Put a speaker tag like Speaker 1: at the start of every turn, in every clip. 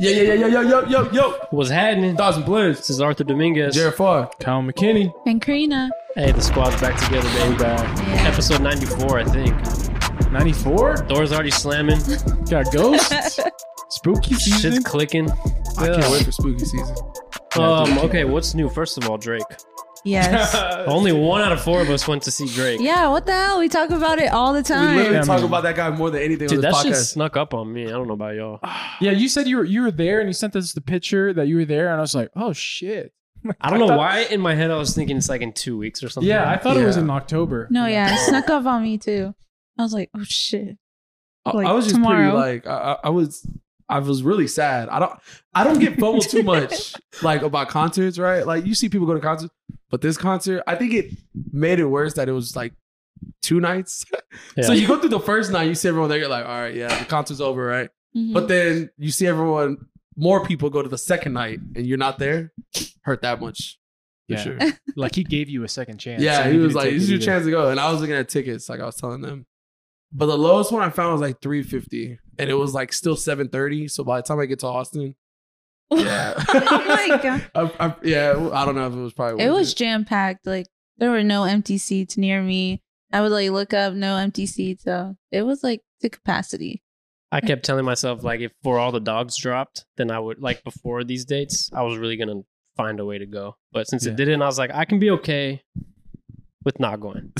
Speaker 1: Yeah, yeah, yeah, yeah, yo, yo, yo, yo.
Speaker 2: What's happening?
Speaker 1: Thousand players.
Speaker 2: This is Arthur Dominguez.
Speaker 1: Jared Farr.
Speaker 3: Kyle McKinney.
Speaker 4: And Karina.
Speaker 2: Hey, the squad's back together, baby. Episode 94, I think.
Speaker 3: 94?
Speaker 2: Doors already slamming.
Speaker 3: Got ghosts? Spooky
Speaker 2: Shit's
Speaker 3: season?
Speaker 2: clicking.
Speaker 1: I can't wait for spooky season.
Speaker 2: Um, okay, what's new? First of all, Drake.
Speaker 4: Yes.
Speaker 2: Only one out of four of us went to see Drake.
Speaker 4: yeah, what the hell? We talk about it all the
Speaker 1: We
Speaker 4: time.
Speaker 1: literally
Speaker 3: I
Speaker 1: talk
Speaker 3: mean-
Speaker 1: about that guy more than anything
Speaker 2: Dude,
Speaker 1: on
Speaker 2: that
Speaker 1: this
Speaker 2: shit
Speaker 1: podcast.
Speaker 2: snuck up on me. I don't know about y'all.
Speaker 3: Yeah, you said you were you were there and you sent us the picture that you were there, and I was like, oh shit.
Speaker 2: I don't know
Speaker 3: thought-
Speaker 2: why in my head I was thinking it's like in two weeks or something.
Speaker 3: Yeah, I thought it was
Speaker 1: Yeah.
Speaker 3: in October.
Speaker 4: No, yeah, it snuck up on me too. I was like, oh shit.
Speaker 1: I-
Speaker 4: like,
Speaker 1: I was just pretty
Speaker 4: tomorrow.
Speaker 1: like I, I- I was I was really sad. I don't I don't get FOMO too much like about concerts, right? Like you see people go to concerts, but this concert, I think it made it worse that it was like two nights.
Speaker 2: Yeah.
Speaker 1: so you go through the first night, you see everyone there, you're like, all right, yeah, the concert's over, right?
Speaker 4: Mhm.
Speaker 1: But then you see everyone, more people go to the second night, and you're not there. Hurt that much. For
Speaker 3: Yeah.
Speaker 1: sure.
Speaker 3: Like he gave you a second chance.
Speaker 1: Yeah,
Speaker 3: and
Speaker 1: he
Speaker 3: you
Speaker 1: was
Speaker 3: didn't
Speaker 1: like,
Speaker 3: take
Speaker 1: "This is
Speaker 3: it
Speaker 1: your
Speaker 3: either.
Speaker 1: chance to go." And I was looking at tickets, like I was telling them. But the lowest one I found was like three fifty, and it was like still seven thirty. So by the time I get to Austin, yeah,
Speaker 4: oh my god.
Speaker 1: I, I, yeah, I don't know if it was probably.
Speaker 4: It
Speaker 1: worth
Speaker 4: was jam packed. Like there were no empty seats near me. I would like look up, no empty seats. So it was like to capacity.
Speaker 2: I kept telling myself like if for all the dogs dropped, then I would like before these dates, I was really gonna find a way to go. But since
Speaker 3: Yeah.
Speaker 2: it didn't, I was like, I can be okay with not going.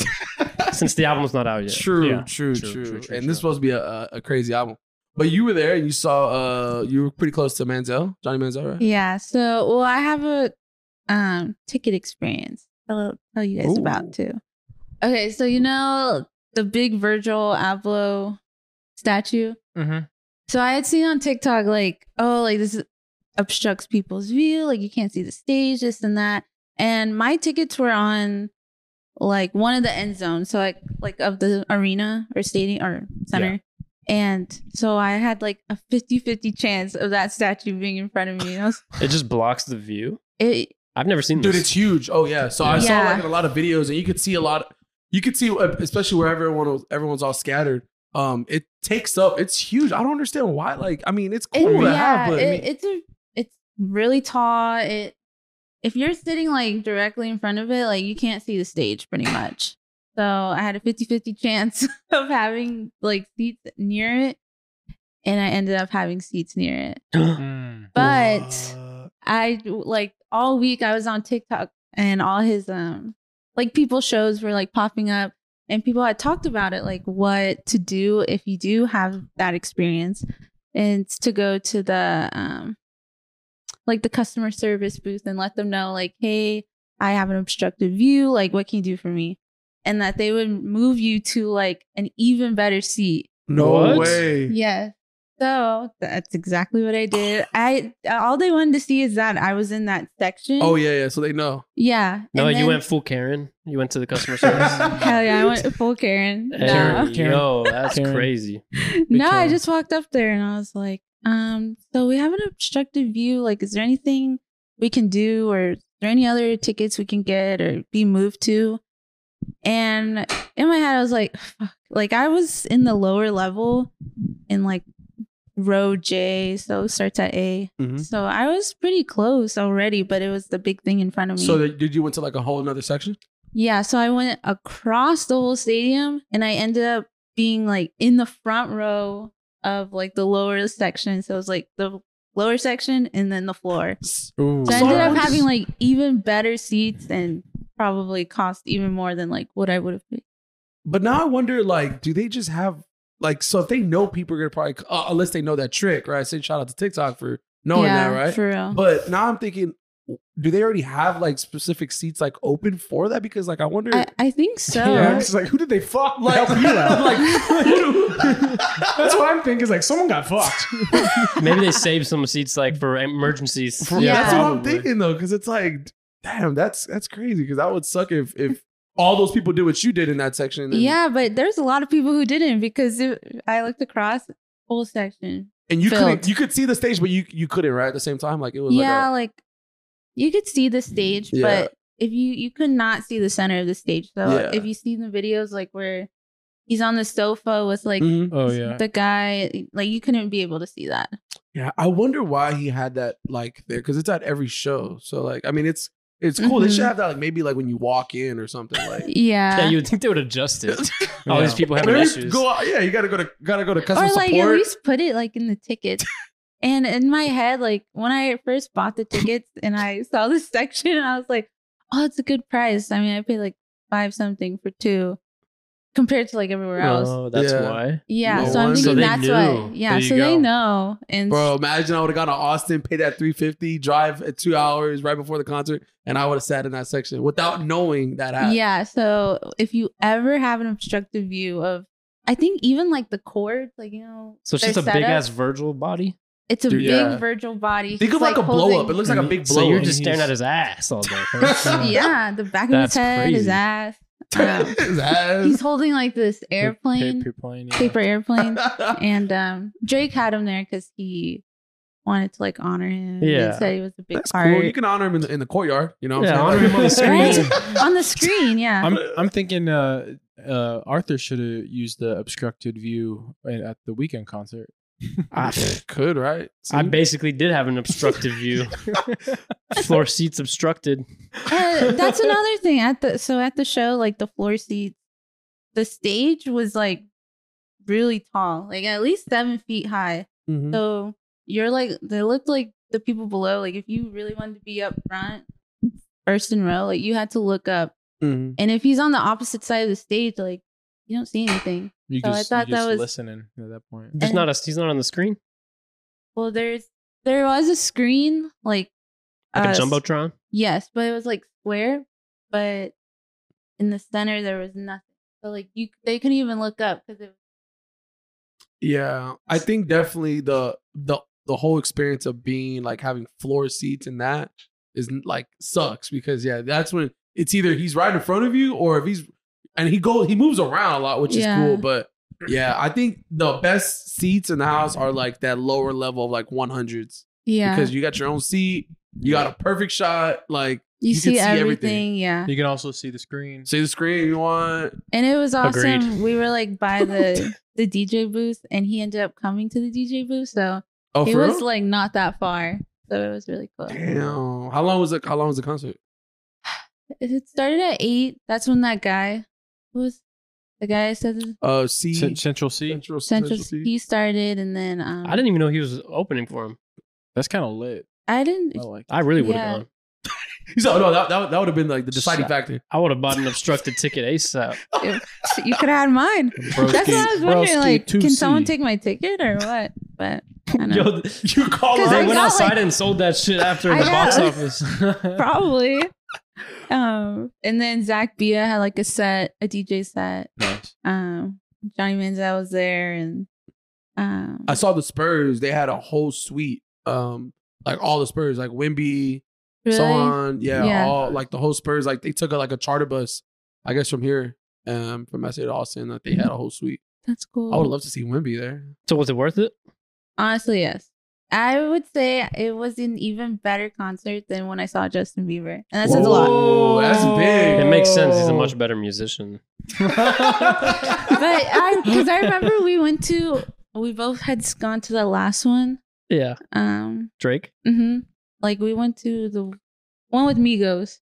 Speaker 2: since the album's not out yet.
Speaker 1: True,
Speaker 3: Yeah.
Speaker 1: true, true,
Speaker 2: True, true, true,
Speaker 1: And
Speaker 2: true.
Speaker 1: this is supposed to be a, a, a crazy album. But you were there and you saw. Uh, you were pretty close to Manziel, Johnny Manziel, right?
Speaker 4: Yeah. So well, I have a um ticket experience. I'll tell you guys
Speaker 3: Ooh.
Speaker 4: about too. Okay, so you know the big Virgil Abloh statue.
Speaker 3: Mhm.
Speaker 4: So I had seen on TikTok like, oh, like this obstructs people's view, like you can't see the stage, this and that. And my tickets were on like one of the end zones, so like like of the arena or stadium or center. And so I had like a 50-50 chance of that statue being in front of me. And I was,
Speaker 2: It just blocks the view.
Speaker 4: it,
Speaker 2: I've never seen
Speaker 1: Dude,
Speaker 2: this.
Speaker 1: it's huge. Oh yeah. So I saw
Speaker 4: Yeah.
Speaker 1: like in a lot of videos, and you could see a lot. You could see, uh, especially where everyone was, everyone's all scattered. Um, it takes up. It's huge. I don't understand why. Like, I mean, it's
Speaker 4: it-
Speaker 1: cool to
Speaker 4: yeah,
Speaker 1: have, but I mean,
Speaker 4: it, it's a, it's really tall. It if you're sitting like directly in front of it, like you can't see the stage pretty much. So I had a 50-50 chance of having like seats near it. And I ended up having seats near it. Mm-hmm.
Speaker 3: Mm.
Speaker 4: But
Speaker 1: what?
Speaker 4: I like all week I was on TikTok and all his um like people shows were like popping up and people had talked about it like what to do if you do have that experience and it's to go to the um like the customer service booth and let them know like hey I have an obstructive view like what can you do for me and that they would move you to like an even better seat
Speaker 1: no
Speaker 3: What?
Speaker 1: way.
Speaker 4: yeah. So that's exactly what I did. I all they wanted to see is that I was in that section.
Speaker 1: Oh yeah, yeah. So they know.
Speaker 4: Yeah.
Speaker 2: no,
Speaker 4: and
Speaker 2: you
Speaker 4: then-
Speaker 2: went full Karen. You went to the customer service.
Speaker 4: Hell yeah! I went full Karen.
Speaker 2: Hey,
Speaker 4: No,
Speaker 3: Karen.
Speaker 2: Yo, that's
Speaker 3: Karen.
Speaker 2: crazy.
Speaker 4: no, I
Speaker 3: Karen.
Speaker 4: just walked up there and I was like, um, so we have an obstructive view. Like, is there anything we can do, or is there any other tickets we can get or be moved to? And in my head, I was like, fuck. like I was in the lower level, in like row J, so it starts at A.
Speaker 1: Mhm.
Speaker 4: So I was pretty close already, but it was the big thing in front of me.
Speaker 1: So they, did you went to like a whole another section?
Speaker 4: Yeah, so I went across the whole stadium and I ended up being like in the front row of like the lower section. So it was like the lower section and then the floor.
Speaker 3: Ooh.
Speaker 4: So I ended up
Speaker 1: Sorry.
Speaker 4: having like even better seats and probably cost even more than like what I would have paid.
Speaker 1: But now I wonder, like, do they just have like? So if they know people are gonna probably, uh, unless they know that trick, right? Say shout out to TikTok for knowing
Speaker 4: yeah,
Speaker 1: that, right?
Speaker 4: For real.
Speaker 1: But now I'm thinking, do they already have like specific seats like open for that? Because like I wonder,
Speaker 4: I, uh-huh. I think so.
Speaker 3: Yeah, I'm just like, who did they fuck?
Speaker 1: like,
Speaker 3: Like, you out?
Speaker 1: like, who do-
Speaker 3: That's what I'm thinking. Is like someone got fucked.
Speaker 2: Maybe they saved some seats like for emergencies.
Speaker 1: For-
Speaker 4: Yeah.
Speaker 1: that's what I'm
Speaker 2: Probably.
Speaker 1: thinking though, because it's like, damn, that's that's crazy. Because that would suck if if all those people did what you did in that section. And,
Speaker 4: yeah, but there's a lot of people who didn't because it, I looked across whole section.
Speaker 1: and you couldn't,
Speaker 4: Filled.
Speaker 1: you could see the stage, but you you couldn't right at the same time. Like it was
Speaker 4: yeah,
Speaker 1: like
Speaker 4: like you could see the stage,
Speaker 1: Yeah.
Speaker 4: but if you you could not see the center of the stage. So
Speaker 1: Yeah.
Speaker 4: if you see the videos like where he's on the sofa with like
Speaker 1: Mhm.
Speaker 3: Oh yeah.
Speaker 4: the guy. Like you couldn't be able to see that.
Speaker 1: Yeah, I wonder why he had that like there because it's at every show. So like, I mean, it's it's cool. They should
Speaker 4: Mhm.
Speaker 1: have that like maybe like when you walk in or something like.
Speaker 4: Yeah.
Speaker 2: yeah, you would think they would adjust it. All
Speaker 3: Yeah.
Speaker 2: these people having
Speaker 1: Maybe
Speaker 2: issues.
Speaker 1: Go out, yeah, you gotta go to gotta go to customer
Speaker 4: or like at
Speaker 1: support.
Speaker 4: least put it like in the ticket. and in my head, like when I first bought the tickets and I saw this section, I was like, oh, it's a good price. I mean, I paid like five something for two compared to like everywhere else.
Speaker 2: Oh, that's
Speaker 1: Yeah.
Speaker 2: why.
Speaker 4: yeah,
Speaker 1: Well,
Speaker 4: so I'm
Speaker 1: one- So
Speaker 4: thinking
Speaker 2: they
Speaker 4: that's
Speaker 2: knew.
Speaker 4: why. Yeah,
Speaker 2: There you
Speaker 4: so they
Speaker 2: go.
Speaker 4: know. And
Speaker 1: Bro, imagine I would have gone to Austin, paid that three fifty, drive at two hours right before the concert, and I would have sat in that section without knowing that happened.
Speaker 4: yeah, so if you ever have an obstructive view of, I think even like the cords, like you know,
Speaker 2: So it's
Speaker 4: their
Speaker 2: just a big
Speaker 4: setup,
Speaker 2: ass Virgil body.
Speaker 4: It's a
Speaker 1: Dude,
Speaker 4: big
Speaker 1: yeah.
Speaker 4: Virgil body.
Speaker 1: Think
Speaker 4: He's,
Speaker 1: of like, a blow up. It
Speaker 4: holding-
Speaker 1: looks like a big blow
Speaker 2: So you're
Speaker 1: up.
Speaker 2: just staring at his ass all day. huh?
Speaker 4: yeah, the back of
Speaker 2: Mm-hmm. That's
Speaker 4: his head, his
Speaker 2: crazy.
Speaker 4: ass. Um,
Speaker 1: His ass.
Speaker 4: he's holding like this airplane,
Speaker 3: Paper plane. yeah.
Speaker 4: paper airplane, and um, Drake had him there because he wanted to like honor him.
Speaker 2: Yeah.
Speaker 4: and said he was a big
Speaker 1: That's
Speaker 4: part
Speaker 1: cool. You can honor him in the, in the courtyard. You know, what
Speaker 2: Yeah,
Speaker 1: I'm
Speaker 2: honor
Speaker 1: saying?
Speaker 2: him on the screen.
Speaker 4: on the screen. Yeah,
Speaker 3: I'm I'm thinking uh, uh, Arthur should have used the obstructed view at at the weekend concert.
Speaker 1: I pff, could right.
Speaker 2: I basically did have an obstructive view. Floor seats obstructed.
Speaker 4: Uh, that's another thing at the so at the show like the floor seats, the stage was like really tall, like at least seven feet high.
Speaker 2: Mm-hmm.
Speaker 1: Mhm.
Speaker 4: So you're like they looked like the people below. Like if you really wanted to be up front, first in row, like you had to look up.
Speaker 1: Mhm.
Speaker 4: And if he's on the opposite side of the stage, like you don't see anything.
Speaker 3: You
Speaker 4: So I
Speaker 3: just,
Speaker 4: thought
Speaker 3: you just
Speaker 4: that was-
Speaker 3: listening at that point.
Speaker 2: There's not a. He's not on the screen.
Speaker 4: Well, there's there was a screen like,
Speaker 2: Like
Speaker 4: uh,
Speaker 2: a
Speaker 4: s-
Speaker 2: jumbotron.
Speaker 4: Yes, but it was like square, but in the center there was nothing. So like you, they couldn't even look up because it.
Speaker 1: Yeah, I think definitely the the the whole experience of being like having floor seats and that is like sucks because yeah, that's when it's either he's right in front of you or if he's and he goes he moves around a lot, which
Speaker 4: Yeah.
Speaker 1: is cool. But yeah, I think the best seats in the house are like that lower level of like 100s
Speaker 4: Yeah,
Speaker 1: because you got your own seat, you got a perfect shot, like
Speaker 4: you,
Speaker 1: you could
Speaker 4: see,
Speaker 1: see
Speaker 4: everything.
Speaker 1: everything.
Speaker 4: Yeah,
Speaker 3: You can also see the screen.
Speaker 1: see the screen you want.
Speaker 4: and it was awesome.
Speaker 2: Agreed.
Speaker 4: We were like by the the DJ booth, and he ended up coming to the DJ booth, so
Speaker 1: Oh,
Speaker 4: it
Speaker 1: for
Speaker 4: was
Speaker 1: real?
Speaker 4: like not that far. So it was really cool.
Speaker 1: Damn, how long was it? How long was the concert?
Speaker 4: It started at eight. That's when that guy who was the guy I said
Speaker 1: Uh, C
Speaker 3: Cen- Central C.
Speaker 1: Central,
Speaker 4: Central.
Speaker 1: Central C.
Speaker 4: He started, and then um,
Speaker 2: I didn't even know he was opening for him.
Speaker 3: That's kind of lit.
Speaker 4: I didn't.
Speaker 3: I
Speaker 1: Oh.
Speaker 3: like.
Speaker 2: I really would have
Speaker 4: Yeah.
Speaker 2: gone.
Speaker 1: So "Oh, no, that that, that would have been like the deciding
Speaker 3: Shut-
Speaker 1: factor.
Speaker 2: I would have bought an obstructed ticket ASAP.
Speaker 4: you could have had mine. That's what I was wondering. Like, can someone take my ticket or what? But I don't know.
Speaker 2: Yo, you called.
Speaker 4: Because
Speaker 2: They
Speaker 4: I
Speaker 2: went
Speaker 4: got,
Speaker 2: outside
Speaker 4: like-
Speaker 2: and sold that shit after
Speaker 4: I
Speaker 2: the box
Speaker 4: got-
Speaker 2: office.
Speaker 4: probably. Um, and then Zach Bia had like a set, a DJ set.
Speaker 3: Nice.
Speaker 4: Um, Johnny Manziel was there, and um,
Speaker 1: I saw the Spurs. They had a whole suite, um, like all the Spurs, like Wimby,
Speaker 4: really,
Speaker 1: Son, yeah,
Speaker 4: Yeah.
Speaker 1: all like the whole Spurs. Like they took a, like a charter bus, I guess from here, um, from SA to Austin. Like they had a whole suite.
Speaker 4: that's cool.
Speaker 1: I would love to see Wimby there.
Speaker 2: so was it worth it?
Speaker 4: Honestly, yes. I would say it was an even better concert than when I saw Justin Bieber, and that says a lot.
Speaker 1: Whoa, That's big.
Speaker 2: It makes sense. He's a much better musician.
Speaker 4: But I, because I remember we went to, we both had gone to the last one.
Speaker 2: Yeah,
Speaker 4: Um,
Speaker 2: Drake.
Speaker 4: hmm Like we went to the one with Migos,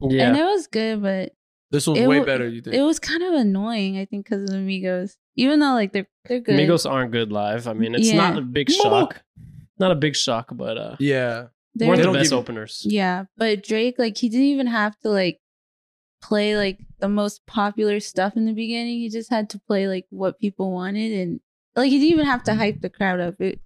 Speaker 4: and
Speaker 2: Yeah,
Speaker 4: it was good, but
Speaker 1: This one's
Speaker 4: It
Speaker 1: way
Speaker 4: wa-
Speaker 1: better. You think?
Speaker 4: it was kind of annoying. I think because of the Migos, even though like they're they're good.
Speaker 2: Migos aren't good live. I mean, it's
Speaker 4: Yeah.
Speaker 2: not a big shock. Not a big shock, but uh,
Speaker 1: yeah,
Speaker 4: they're,
Speaker 2: weren't
Speaker 1: They
Speaker 2: the
Speaker 1: don't
Speaker 2: best
Speaker 1: give you-
Speaker 2: openers.
Speaker 4: yeah, but Drake like he didn't even have to like play like the most popular stuff in the beginning. He just had to play like what people wanted, and like he didn't even have to hype the crowd up. It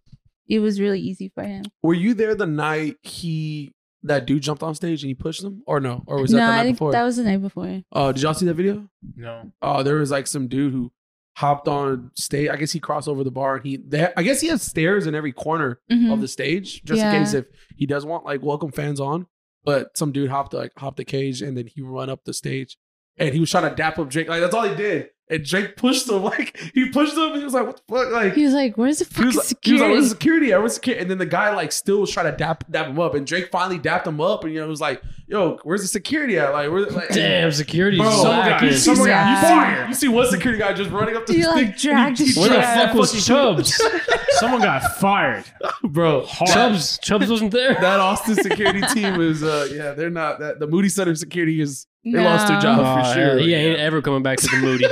Speaker 4: it was really easy for him.
Speaker 1: were you there the night he that dude jumped on stage and he pushed him, or no, or was that
Speaker 4: no,
Speaker 1: the night
Speaker 4: I think
Speaker 1: before?
Speaker 4: that was the night before.
Speaker 1: uh, did y'all see that video?
Speaker 3: No.
Speaker 1: Oh, there was like some dude who hopped on stage. I guess he crossed over the bar and he. They, I guess he has stairs in every corner
Speaker 4: Mhm.
Speaker 1: of the stage just
Speaker 4: Yeah.
Speaker 1: in case if he does want like welcome fans on. But some dude hopped like hopped the cage and then he run up the stage and he was trying to dap up Drake. Like that's all he did. And Drake pushed him like he pushed him. And he was like, "What the fuck?" Like
Speaker 4: He was like, "Where's the
Speaker 1: he
Speaker 4: fucking
Speaker 1: was like, he was
Speaker 4: security?"
Speaker 1: like, "Where's security? I was security." And then the guy like still was trying to dap dap him up, and Drake finally dapped him up, and you know it was like yo, where's the security at? Like, where's like,
Speaker 2: Damn, security.
Speaker 1: Bro,
Speaker 2: is
Speaker 1: someone got,
Speaker 2: lacking.
Speaker 1: you, see, someone got- you see-
Speaker 4: Yeah.
Speaker 1: you see one security guy just running up the
Speaker 4: You, like,
Speaker 1: stick,
Speaker 4: dragged
Speaker 1: you-
Speaker 4: his
Speaker 1: you
Speaker 2: Where the
Speaker 1: drag
Speaker 2: fuck
Speaker 1: that
Speaker 2: was
Speaker 1: fucking-
Speaker 2: Chubbs?
Speaker 5: Someone got fired.
Speaker 1: bro?
Speaker 2: Chubbs, Chubbs wasn't there.
Speaker 1: That Austin security team is, uh, yeah, they're not. That, the Moody Center security is
Speaker 4: They
Speaker 1: They lost their job. for
Speaker 2: Aw,
Speaker 1: sure.
Speaker 2: hell, He ain't ever coming back to the Moody.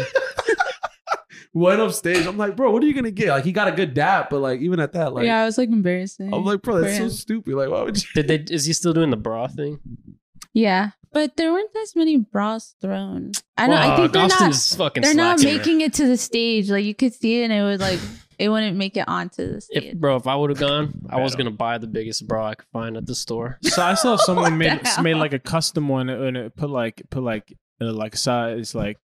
Speaker 1: went upstage. I'm like, bro, what are you gonna get? Like, he got a good dap, but like, even at that, like,
Speaker 4: yeah, it was like embarrassing.
Speaker 1: I'm like, bro, that's so
Speaker 4: Right.
Speaker 1: stupid. Like, why would you?
Speaker 2: Did they? Is he still doing the bra thing?
Speaker 4: yeah, but there weren't as many bras thrown. I don't. I
Speaker 2: Fuck,
Speaker 4: think they're not.
Speaker 2: Austin's fucking.
Speaker 4: They're not
Speaker 2: slacking, man.
Speaker 4: making it to the stage. Like you could see it, and it would like it wouldn't make it onto the stage.
Speaker 2: If, bro, if I would have gone, I was
Speaker 5: Battle.
Speaker 2: gonna buy the biggest bra I could find at the store.
Speaker 5: So I saw someone made
Speaker 4: the hell?
Speaker 5: made like a custom one and it put like put like uh, like size like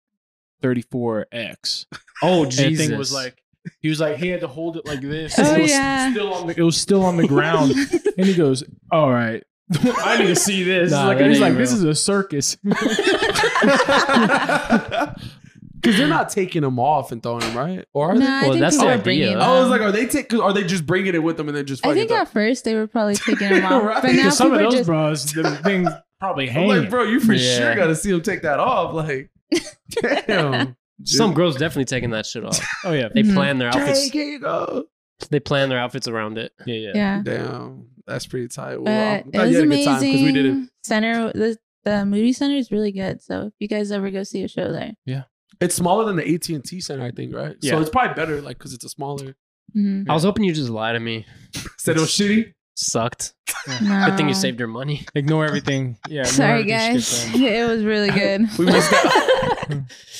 Speaker 5: 34x.
Speaker 2: Oh
Speaker 5: And the
Speaker 2: Jesus!
Speaker 5: thing was like he was like he had to hold it like this.
Speaker 4: Oh,
Speaker 5: it was
Speaker 4: yeah.
Speaker 5: still on the it was still on the ground. and he goes, "All right, I need to see this."
Speaker 2: Nah,
Speaker 5: like
Speaker 2: that
Speaker 5: he's
Speaker 2: ain't
Speaker 5: like, "This
Speaker 2: real.
Speaker 5: is a circus."
Speaker 1: Because they're not taking them off and throwing them, right? Or are
Speaker 4: no,
Speaker 1: they?
Speaker 4: I
Speaker 2: Well,
Speaker 4: think
Speaker 2: that's
Speaker 4: people
Speaker 2: the
Speaker 4: are bringing
Speaker 2: idea.
Speaker 4: them.
Speaker 1: I was like, are they take? 'cause Are they just bringing it with them and then just?
Speaker 4: I
Speaker 1: fucking
Speaker 4: think
Speaker 1: throw-
Speaker 4: at first they were probably taking them off,
Speaker 1: Right.
Speaker 4: but now
Speaker 5: Because some
Speaker 4: people
Speaker 5: of
Speaker 4: are
Speaker 5: those
Speaker 4: just
Speaker 5: bras, the thing probably
Speaker 1: I'm
Speaker 5: hanging.
Speaker 1: like, bro, you for
Speaker 2: Yeah.
Speaker 1: sure gotta see them take that off. Like, damn.
Speaker 2: some girls definitely taking that shit off.
Speaker 5: oh yeah,
Speaker 2: They
Speaker 4: Mhm.
Speaker 2: plan their outfits.
Speaker 1: Dang, here you go.
Speaker 2: They plan their outfits around it.
Speaker 5: yeah, yeah.
Speaker 4: yeah.
Speaker 1: Damn, that's pretty tight. Well, I'm
Speaker 4: But
Speaker 1: glad
Speaker 4: it was
Speaker 1: you had a good
Speaker 4: amazing.
Speaker 1: time because we did it.
Speaker 4: Center the the movie center is really good. So if you guys ever go see a show there,
Speaker 1: It's smaller than the AT and T Center, I think, right? So
Speaker 2: Yeah.
Speaker 1: it's probably better, like, because it's a smaller.
Speaker 4: Mhm.
Speaker 2: I was hoping you just lie to me.
Speaker 1: Said it was shitty.
Speaker 2: Sucked. Good
Speaker 4: No.
Speaker 2: thing you saved your money.
Speaker 5: Ignore everything. Yeah. ignore
Speaker 4: Sorry
Speaker 5: everything
Speaker 4: guys,
Speaker 5: she did there.
Speaker 4: it was really good.
Speaker 1: We missed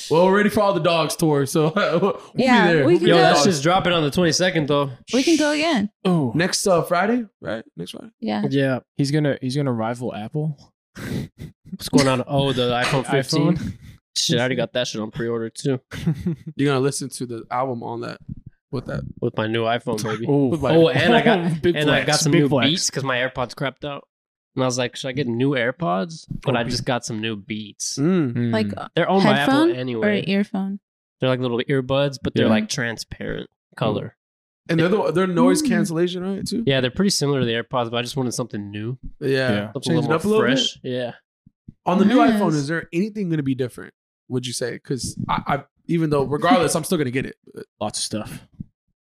Speaker 1: Well, we're ready for all the dogs tour, so we'll
Speaker 4: Yeah,
Speaker 1: be there.
Speaker 4: we
Speaker 1: We'll
Speaker 4: can
Speaker 1: be
Speaker 2: Yo,
Speaker 1: there.
Speaker 2: that's just dropping on the twenty second though.
Speaker 4: we can go again.
Speaker 5: Oh,
Speaker 1: next uh, Friday, right? Next Friday.
Speaker 4: Yeah,
Speaker 5: yeah. He's gonna he's gonna rival Apple.
Speaker 2: What's going on? Oh, the iPhone fifteen.
Speaker 5: iPhone.
Speaker 2: Shit, I already got that shit on pre order too
Speaker 1: You're gonna listen to the album on that with that.
Speaker 2: with my new iPhone, baby.
Speaker 1: With
Speaker 5: Oh,
Speaker 1: my-
Speaker 2: Oh, and I got
Speaker 5: big
Speaker 2: and I
Speaker 5: flex,
Speaker 2: got some
Speaker 5: big
Speaker 2: new
Speaker 5: flex.
Speaker 2: beats because my AirPods crapped out. And I was like, should I get new AirPods? But I just got some new beats.
Speaker 1: Mm.
Speaker 5: Mm.
Speaker 4: like
Speaker 2: They're owned by Apple
Speaker 4: headphone or
Speaker 2: anyway.
Speaker 4: earphone.
Speaker 2: they're like little earbuds, but they're
Speaker 5: Yeah.
Speaker 2: like transparent color.
Speaker 1: And they're the, they're noise
Speaker 4: Mm.
Speaker 1: cancellation, right? Too.
Speaker 2: Yeah, they're pretty similar to the AirPods, but I just wanted something new,
Speaker 1: Yeah.
Speaker 5: Yeah.
Speaker 2: something
Speaker 1: Change it
Speaker 2: a little more
Speaker 1: up a little bit.
Speaker 2: fresh. Yeah,
Speaker 1: On the new
Speaker 4: Nice.
Speaker 1: iPhone, is there anything gonna be different? Would you say? Because I, I, even though regardless, I'm still gonna get it.
Speaker 5: lots of stuff.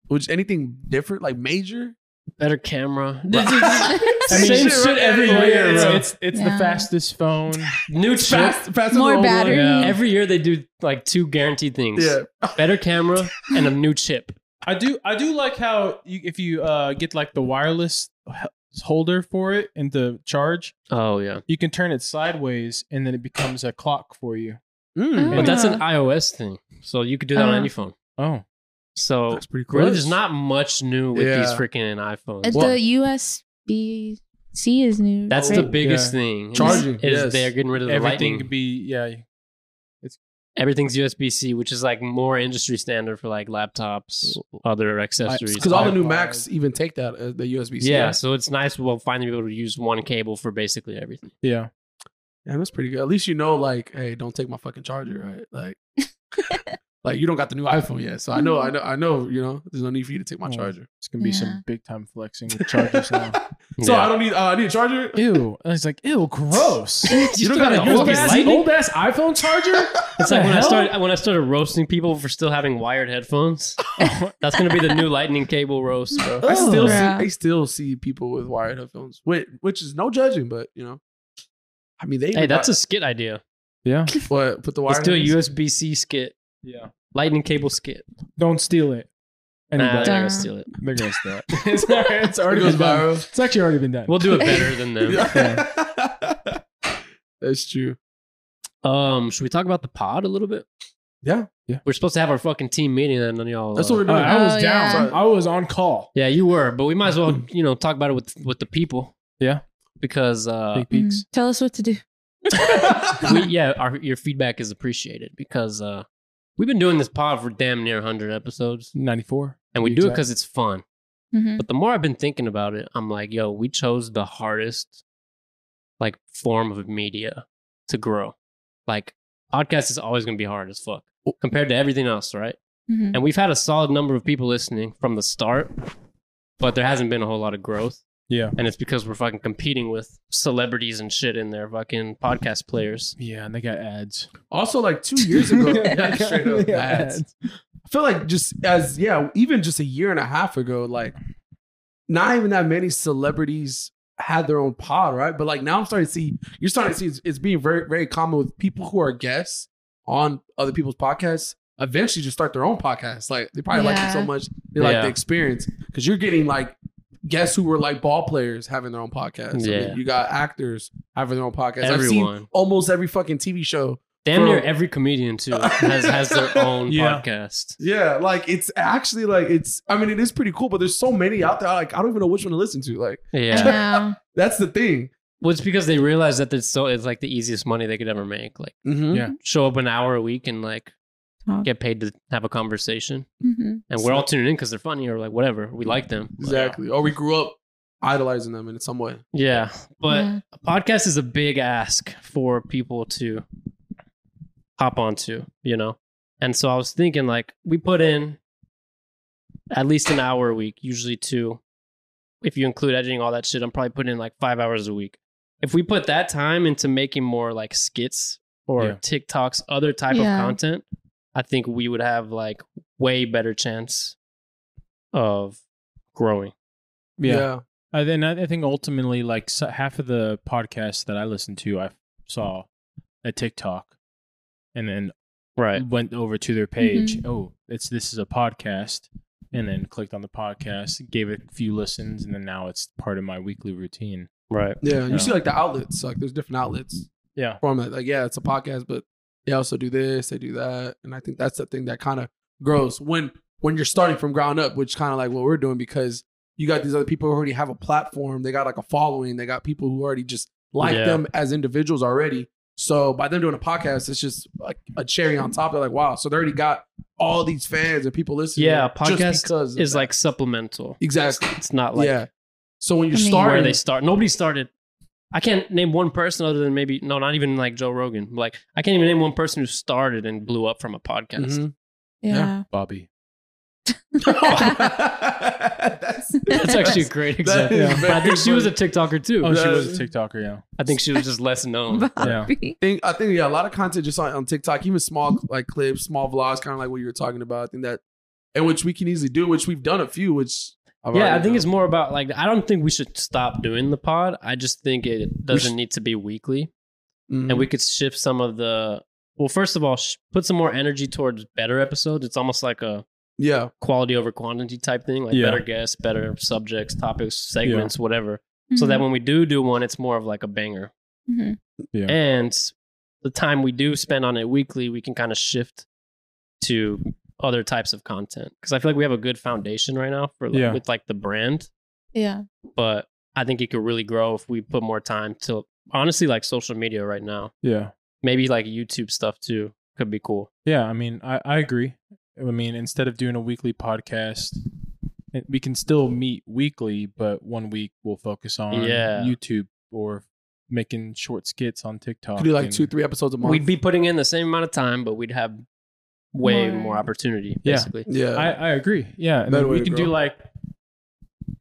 Speaker 1: Would anything different, like major?
Speaker 2: better camera,
Speaker 5: I mean,
Speaker 2: Same
Speaker 5: it's-
Speaker 2: shit
Speaker 1: right?
Speaker 2: every
Speaker 1: Yeah,
Speaker 2: year,
Speaker 1: yeah,
Speaker 5: It's
Speaker 1: yeah.
Speaker 5: it's, it's
Speaker 4: Yeah.
Speaker 5: the fastest phone.
Speaker 2: new
Speaker 1: It's
Speaker 2: chip.
Speaker 1: fast, faster
Speaker 4: More
Speaker 1: than the old one.
Speaker 4: battery.
Speaker 5: Yeah.
Speaker 2: Every year they do like two guaranteed things:
Speaker 1: Yeah.
Speaker 2: better camera and a new chip.
Speaker 5: I do I do like how you, if you uh, get like the wireless h- holder for it and the charge,
Speaker 2: Oh yeah,
Speaker 5: you can turn it sideways and then it becomes a clock for you.
Speaker 1: Mm.
Speaker 2: but that's
Speaker 4: Uh.
Speaker 2: an iOS thing, so you could do that on
Speaker 4: Uh.
Speaker 2: any
Speaker 1: Uh-huh.
Speaker 2: phone.
Speaker 5: Oh,
Speaker 2: So
Speaker 1: That's pretty cool.
Speaker 2: really, there's not much new with these
Speaker 1: Yeah.
Speaker 2: freaking iPhones.
Speaker 4: It's the USB C is new.
Speaker 2: That's
Speaker 4: right?
Speaker 2: the biggest
Speaker 5: Yeah.
Speaker 2: thing. is-
Speaker 1: Charging,
Speaker 2: is,
Speaker 1: yes.
Speaker 2: they're getting rid of the
Speaker 5: everything
Speaker 2: lightning.
Speaker 5: could be yeah.
Speaker 2: Everything's USB C, which is like more industry standard for like laptops, other accessories.
Speaker 1: because all the new
Speaker 5: iPod.
Speaker 1: Macs even take that uh, the USB.
Speaker 2: yeah, so it's nice. We'll finally be able to use one cable for basically everything.
Speaker 5: Yeah.
Speaker 1: Yeah, that's pretty good. At least you know, like, hey, don't take my fucking charger, right? Like, like you don't got the new iPhone yet, so I know, I know, I know. You know, there's no need for you to take my
Speaker 5: Oh.
Speaker 1: charger.
Speaker 5: It's gonna be
Speaker 4: Yeah.
Speaker 5: some big time flexing with chargers now.
Speaker 1: So
Speaker 2: Yeah.
Speaker 1: I don't need. Uh, I need a charger.
Speaker 5: ew. And it's like, ew, gross.
Speaker 4: Mm-hmm.
Speaker 1: You don't
Speaker 2: still
Speaker 1: got
Speaker 2: got
Speaker 1: a
Speaker 2: the
Speaker 1: old
Speaker 2: USB
Speaker 1: ass,
Speaker 2: lightning?
Speaker 1: old ass iPhone charger.
Speaker 2: It's like
Speaker 5: The
Speaker 2: when I
Speaker 5: hell?
Speaker 2: started when I started roasting people for still having wired headphones. That's gonna be the new lightning cable roast, bro.
Speaker 1: I still, see,
Speaker 4: Oh, Yeah.
Speaker 1: I still see people with wired headphones, which, which is no judging, but you know, I mean, they.
Speaker 2: Hey, that's a skit idea.
Speaker 5: yeah.
Speaker 1: what put the wired.
Speaker 2: Let's do a
Speaker 1: headphones-
Speaker 2: USB C skit,
Speaker 5: Yeah.
Speaker 2: lightning cable skit.
Speaker 5: Don't steal it.
Speaker 2: Nah, they're
Speaker 5: Anybody.
Speaker 2: gonna
Speaker 4: Dun.
Speaker 2: steal it.
Speaker 5: They're gonna steal it. it's, already, it's already
Speaker 1: It goes
Speaker 5: been done.
Speaker 1: viral.
Speaker 5: It's actually already been done.
Speaker 2: We'll do it better than them.
Speaker 1: Yeah. that's true.
Speaker 2: Um, should we talk about the pod a little bit?
Speaker 1: Yeah.
Speaker 2: We're supposed to have our fucking team meeting, and none of y'all.
Speaker 1: That's what we're
Speaker 5: Uh,
Speaker 1: doing.
Speaker 5: I was
Speaker 4: Oh,
Speaker 5: down.
Speaker 1: yeah.
Speaker 5: I was on call.
Speaker 2: Yeah, you were, but we might as well, you know, talk about it with with the people.
Speaker 5: Yeah.
Speaker 2: because uh,
Speaker 5: Big peaks.
Speaker 4: Tell us what to do.
Speaker 2: we, yeah, our, your feedback is appreciated because uh, we've been doing this pod for damn near hundred episodes,
Speaker 5: 94.
Speaker 2: and we
Speaker 5: Be
Speaker 2: do it
Speaker 5: exact.
Speaker 2: because it's fun.
Speaker 1: Mm-hmm.
Speaker 4: Mhm.
Speaker 2: But the more I've been thinking about it, I'm like, yo, we chose the hardest like form of media to grow. Like, podcast is always going to be hard as fuck compared to everything else, right?
Speaker 1: Mm-hmm.
Speaker 4: Mhm.
Speaker 2: And we've had a solid number of people listening from the start, but there hasn't been a whole lot of growth.
Speaker 5: Yeah.
Speaker 2: and it's because we're fucking competing with celebrities and shit in their fucking podcast players.
Speaker 5: Yeah, and they got ads.
Speaker 1: Also, like two years ago, yeah, straight up,
Speaker 5: Yeah.
Speaker 1: ads. I feel like just as yeah, even just a year and a half ago, like not even that many celebrities had their own pod, right? But like now, I'm starting to see you're starting to see it's, it's being very very common with people who are guests on other people's podcasts. Eventually, just start their own podcast. Like they probably like it so
Speaker 4: Yeah.
Speaker 1: much, they like
Speaker 2: Yeah.
Speaker 1: the experience because you're getting like guests who were like ball players having their own podcast. I mean,
Speaker 2: Yeah.
Speaker 1: you got actors having their own podcast. I've
Speaker 2: Everyone.
Speaker 1: seen almost every fucking TV show
Speaker 2: Damn
Speaker 1: Bro.
Speaker 2: near every comedian too has has their own
Speaker 5: Yeah.
Speaker 2: podcast.
Speaker 1: Yeah, like it's actually like it's. I mean, it is pretty cool, but there's so many out there. Like I don't even know which one to listen to. Like
Speaker 2: Yeah,
Speaker 4: Yeah.
Speaker 1: that's the thing.
Speaker 2: Well, it's because they realize that it's so it's like the easiest money they could ever make. Like
Speaker 1: Mm-hmm.
Speaker 5: Yeah.
Speaker 2: show up an hour a week and like
Speaker 4: Talk.
Speaker 2: get paid to have a conversation,
Speaker 4: Mhm.
Speaker 2: and we're all tuning in because they're funny or like whatever we like them. But-
Speaker 1: exactly. Or we grew up idolizing them in some way.
Speaker 2: Yeah, but
Speaker 4: Yeah.
Speaker 2: a podcast is a big ask for people to hop onto, you know. And so I was thinking, like, we put in at least an hour a week, usually two. If you include editing all that shit, I'm probably putting in like five hours a week. If we put that time into making more like skits or
Speaker 5: Yeah.
Speaker 2: TikToks, other type
Speaker 4: Yeah.
Speaker 2: of content, I think we would have like way better chance of growing.
Speaker 5: Yeah. I, and I I think ultimately, like so half of the podcasts that I listened to, I saw a TikTok, and then
Speaker 2: Right.
Speaker 5: went over to their page. Oh, it's this is a podcast, and then clicked on the podcast, gave it a few listens, and then now it's part of my weekly routine.
Speaker 2: Right.
Speaker 1: yeah. You
Speaker 5: Yeah.
Speaker 1: see, like the outlets. Like there's different outlets
Speaker 5: Yeah,
Speaker 1: from it. Like yeah, it's a podcast, but they also do this, they do that, and I think that's the thing that kind of grows when when you're starting from ground up, which kind of like what we're doing because you got these other people who already have a platform, they got like a following, they got people who already just like
Speaker 2: Yeah.
Speaker 1: them as individuals already. So by them doing a podcast, it's just like a cherry on top. They're like, wow, so they already got all these fans and people listening.
Speaker 2: Yeah, a
Speaker 1: just
Speaker 2: podcast
Speaker 1: because of
Speaker 2: Is
Speaker 1: that.
Speaker 2: like supplemental.
Speaker 1: exactly
Speaker 2: It's not like
Speaker 1: yeah. So when you're
Speaker 4: I mean-
Speaker 1: starting,
Speaker 2: where they start. Nobody started. I can't name one person other than maybe no, not even like Joe Rogan. Like I can't even name one person who started and blew up from a podcast.
Speaker 1: Mhm.
Speaker 4: Yeah.
Speaker 5: Bobby.
Speaker 1: That's-
Speaker 2: That's actually a great example.
Speaker 1: is
Speaker 2: But I
Speaker 1: very
Speaker 2: think she was a TikToker too.
Speaker 5: Oh, she
Speaker 1: That-
Speaker 5: was a TikToker. Yeah,
Speaker 2: I think she was just less known.
Speaker 4: Bobby.
Speaker 1: think I think yeah, a lot of content just on, on TikTok, even small like clips, small vlogs, kind of like what you were talking about. I think that, and which we can easily do, which we've done a few. Which I've
Speaker 2: yeah, I
Speaker 1: already
Speaker 2: think
Speaker 1: done.
Speaker 2: it's more about like I don't think we should stop doing the pod. I just think it doesn't need to be weekly.
Speaker 1: Mhm.
Speaker 2: and we could shift some of the well first of all sh- put some more energy towards better episodes it's almost like a
Speaker 1: yeah,
Speaker 2: quality over quantity type thing like
Speaker 5: Yeah.
Speaker 2: better guests better subjects topics segments whatever
Speaker 4: Mm-hmm.
Speaker 2: so
Speaker 1: Mm-hmm.
Speaker 2: that when we do do one it's more of like a banger
Speaker 4: Mhm.
Speaker 5: yeah,
Speaker 2: and the time we do spend on it weekly we can kind of shift to other types of content because i feel like we have a good foundation right now for like,
Speaker 5: Yeah.
Speaker 2: with like the brand
Speaker 4: Yeah.
Speaker 2: but i think it could really grow if we put more time to honestly like social media right now
Speaker 5: yeah.
Speaker 2: maybe like YouTube stuff too could be cool.
Speaker 5: Yeah, I mean, I, I agree. I mean, instead of doing a weekly podcast, it- we can still meet weekly, but one week we'll focus on
Speaker 2: Yeah.
Speaker 5: YouTube or making short skits on TikTok.
Speaker 1: could do like
Speaker 5: and-
Speaker 1: two, three episodes a month.
Speaker 2: We'd be putting in the same amount of time, but we'd have way more,
Speaker 4: More.
Speaker 2: opportunity.
Speaker 5: Yeah.
Speaker 2: Basically,
Speaker 1: yeah,
Speaker 5: I, I agree. Yeah, and
Speaker 1: uh, Better
Speaker 5: then
Speaker 1: way
Speaker 5: we
Speaker 1: to
Speaker 5: can do
Speaker 1: grow.
Speaker 5: like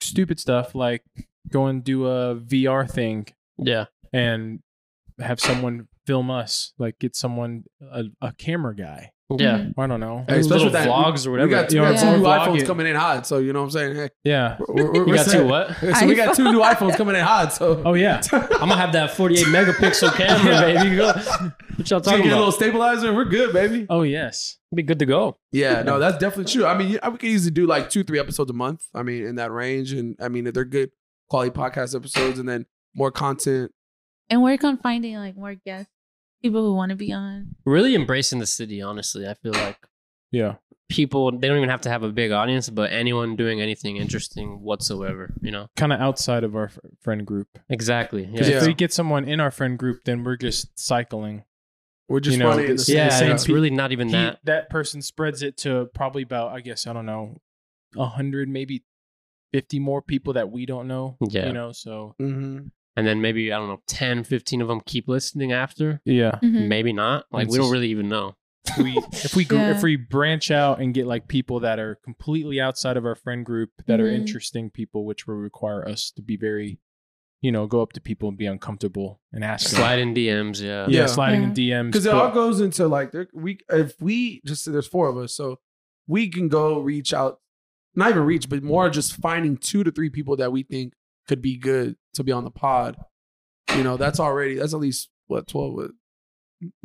Speaker 5: stupid stuff, like go and do a VR thing
Speaker 2: yeah,
Speaker 5: and have someone film us, like get someone a, a camera guy.
Speaker 1: Mm-hmm.
Speaker 2: yeah.
Speaker 4: Mhm.
Speaker 5: I don't know.
Speaker 1: Hey, especially
Speaker 2: Little
Speaker 1: with that-
Speaker 2: vlogs or
Speaker 1: we
Speaker 2: whatever.
Speaker 1: got two,
Speaker 5: Yeah,
Speaker 1: we got two new
Speaker 5: vlog
Speaker 1: iPhones
Speaker 5: it.
Speaker 1: coming in hot, so you know what I'm saying. Hey,
Speaker 5: Yeah.
Speaker 1: we're, we're,
Speaker 2: You got
Speaker 1: set.
Speaker 2: two what?
Speaker 1: So we got two new iPhones coming in hot, so
Speaker 5: Oh yeah.
Speaker 2: I'm gonna have that 48 megapixel camera, baby. Go- What y'all
Speaker 1: so you
Speaker 2: talking
Speaker 1: get a
Speaker 2: about?
Speaker 1: little stabilizer, and we're good, baby.
Speaker 5: Oh yes.
Speaker 2: Be good to go.
Speaker 1: Yeah, no, that's definitely true. I mean, you- we could easily do like two, three episodes a month. I mean, in that range, and I mean, if they're good quality podcast episodes, and then more content.
Speaker 4: And work on finding like more guests, people who want to be on.
Speaker 2: Really embracing the city. Honestly, I feel like
Speaker 5: Yeah.
Speaker 2: people they don't even have to have a big audience, but anyone doing anything interesting whatsoever, you know.
Speaker 5: Kind of outside of our f- friend group.
Speaker 2: Exactly. Yeah.
Speaker 5: 'Cause
Speaker 1: Yeah.
Speaker 5: if we get someone in our friend group, then we're just cycling.
Speaker 1: We're just
Speaker 5: You know,
Speaker 1: running in the
Speaker 5: this-
Speaker 1: same-
Speaker 2: Yeah,
Speaker 5: the same
Speaker 2: it's
Speaker 5: pe-
Speaker 2: really not even
Speaker 5: He-
Speaker 2: that.
Speaker 5: that. person spreads it to probably about, I guess, I don't know, a hundred, maybe fifty more people that we don't know.
Speaker 2: Yeah.
Speaker 5: you know, so
Speaker 1: Mhm.
Speaker 2: and then maybe I don't know 10, 15 of them keep listening after.
Speaker 5: yeah,
Speaker 4: Mhm.
Speaker 2: Maybe not. Like
Speaker 5: It's
Speaker 2: we don't
Speaker 5: just-
Speaker 2: really even know.
Speaker 5: we if we gr-
Speaker 4: Yeah.
Speaker 5: if we branch out and get like people that are completely outside of our friend group that are
Speaker 4: Mhm.
Speaker 5: interesting people, which will require us to be very, you know, go up to people and be uncomfortable and ask. them.
Speaker 2: Slide in DMs, yeah.
Speaker 5: yeah,
Speaker 1: Yeah.
Speaker 5: sliding
Speaker 4: Yeah.
Speaker 5: in DMs
Speaker 1: because it all
Speaker 5: but-
Speaker 1: goes into like there- we if we just there's four of us, so we can go reach out, not even reach, but more just finding two to three people that we think could be good to be on the pod. You know, that's already that's at least what twelve what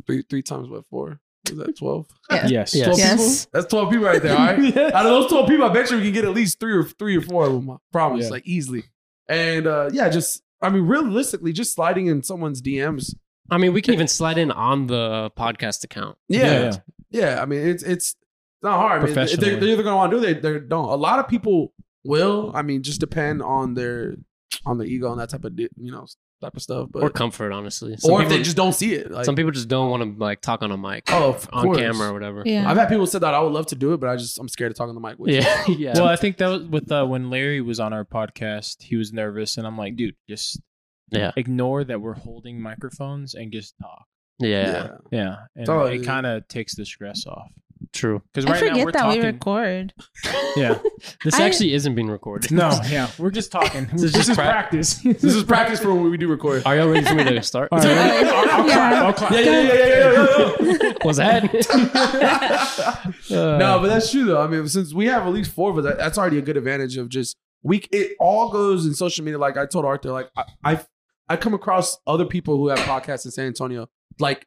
Speaker 1: three three times what four is that twelve?
Speaker 4: Yeah.
Speaker 5: yes,
Speaker 2: Yeah.
Speaker 1: Twelve
Speaker 4: Yes.
Speaker 1: people. That's twelve people right there. All right. out of those 12 people, I bet you we can get at least three or three or four of them. I promise,
Speaker 5: Yeah.
Speaker 1: like easily. And uh, yeah, just I mean, realistically, just sliding in someone's DMs.
Speaker 2: I mean, we can even slide in on the podcast account.
Speaker 1: Yeah, yeah. I mean, it's it's not hard. I mean, if they're,
Speaker 5: Professionally.
Speaker 1: they're either gonna want to do it, they they don't. A lot of people will. I mean, just depend on their on their ego and that type of di- you know type of stuff. But
Speaker 2: or comfort, honestly. Some
Speaker 1: or if
Speaker 2: people,
Speaker 1: they just don't see it, like
Speaker 2: some people just don't want to like talk on a mic,
Speaker 1: oh, of
Speaker 2: on
Speaker 1: course.
Speaker 2: camera or whatever.
Speaker 4: Yeah.
Speaker 1: I've had people said that I would love to do it, but I just I'm scared to talk on the mic. With you.
Speaker 2: yeah, yeah.
Speaker 5: Well, I think that was with uh, when Larry was on our podcast, he was nervous, and I'm like, dude, just
Speaker 2: Yeah.
Speaker 5: ignore that we're holding microphones and just talk.
Speaker 2: yeah,
Speaker 5: Yeah, and
Speaker 1: all it
Speaker 5: it
Speaker 1: is.
Speaker 5: kind of takes the stress off
Speaker 2: true.
Speaker 5: because
Speaker 4: I
Speaker 5: right now
Speaker 4: forget
Speaker 5: we're
Speaker 4: that
Speaker 5: talking.
Speaker 4: we record.
Speaker 5: Yeah,
Speaker 2: This
Speaker 4: I-
Speaker 2: actually isn't being recorded.
Speaker 5: no, yeah, we're just talking.
Speaker 2: This is just prac-
Speaker 5: practice.
Speaker 1: This is practice for when we do record.
Speaker 2: Are y'all ready for me to start?
Speaker 5: All right.
Speaker 4: Yeah.
Speaker 5: I'll clap.
Speaker 1: Yeah, yeah, yeah, yeah, yeah, yeah, yeah.
Speaker 2: Was that? Uh,
Speaker 1: no, but that's true though. I mean, since we have at least four of us, that- that's already a good advantage of just we. It all goes in social media. Like I told Arthur, like I I, I come across other people who have podcasts in San Antonio. Like,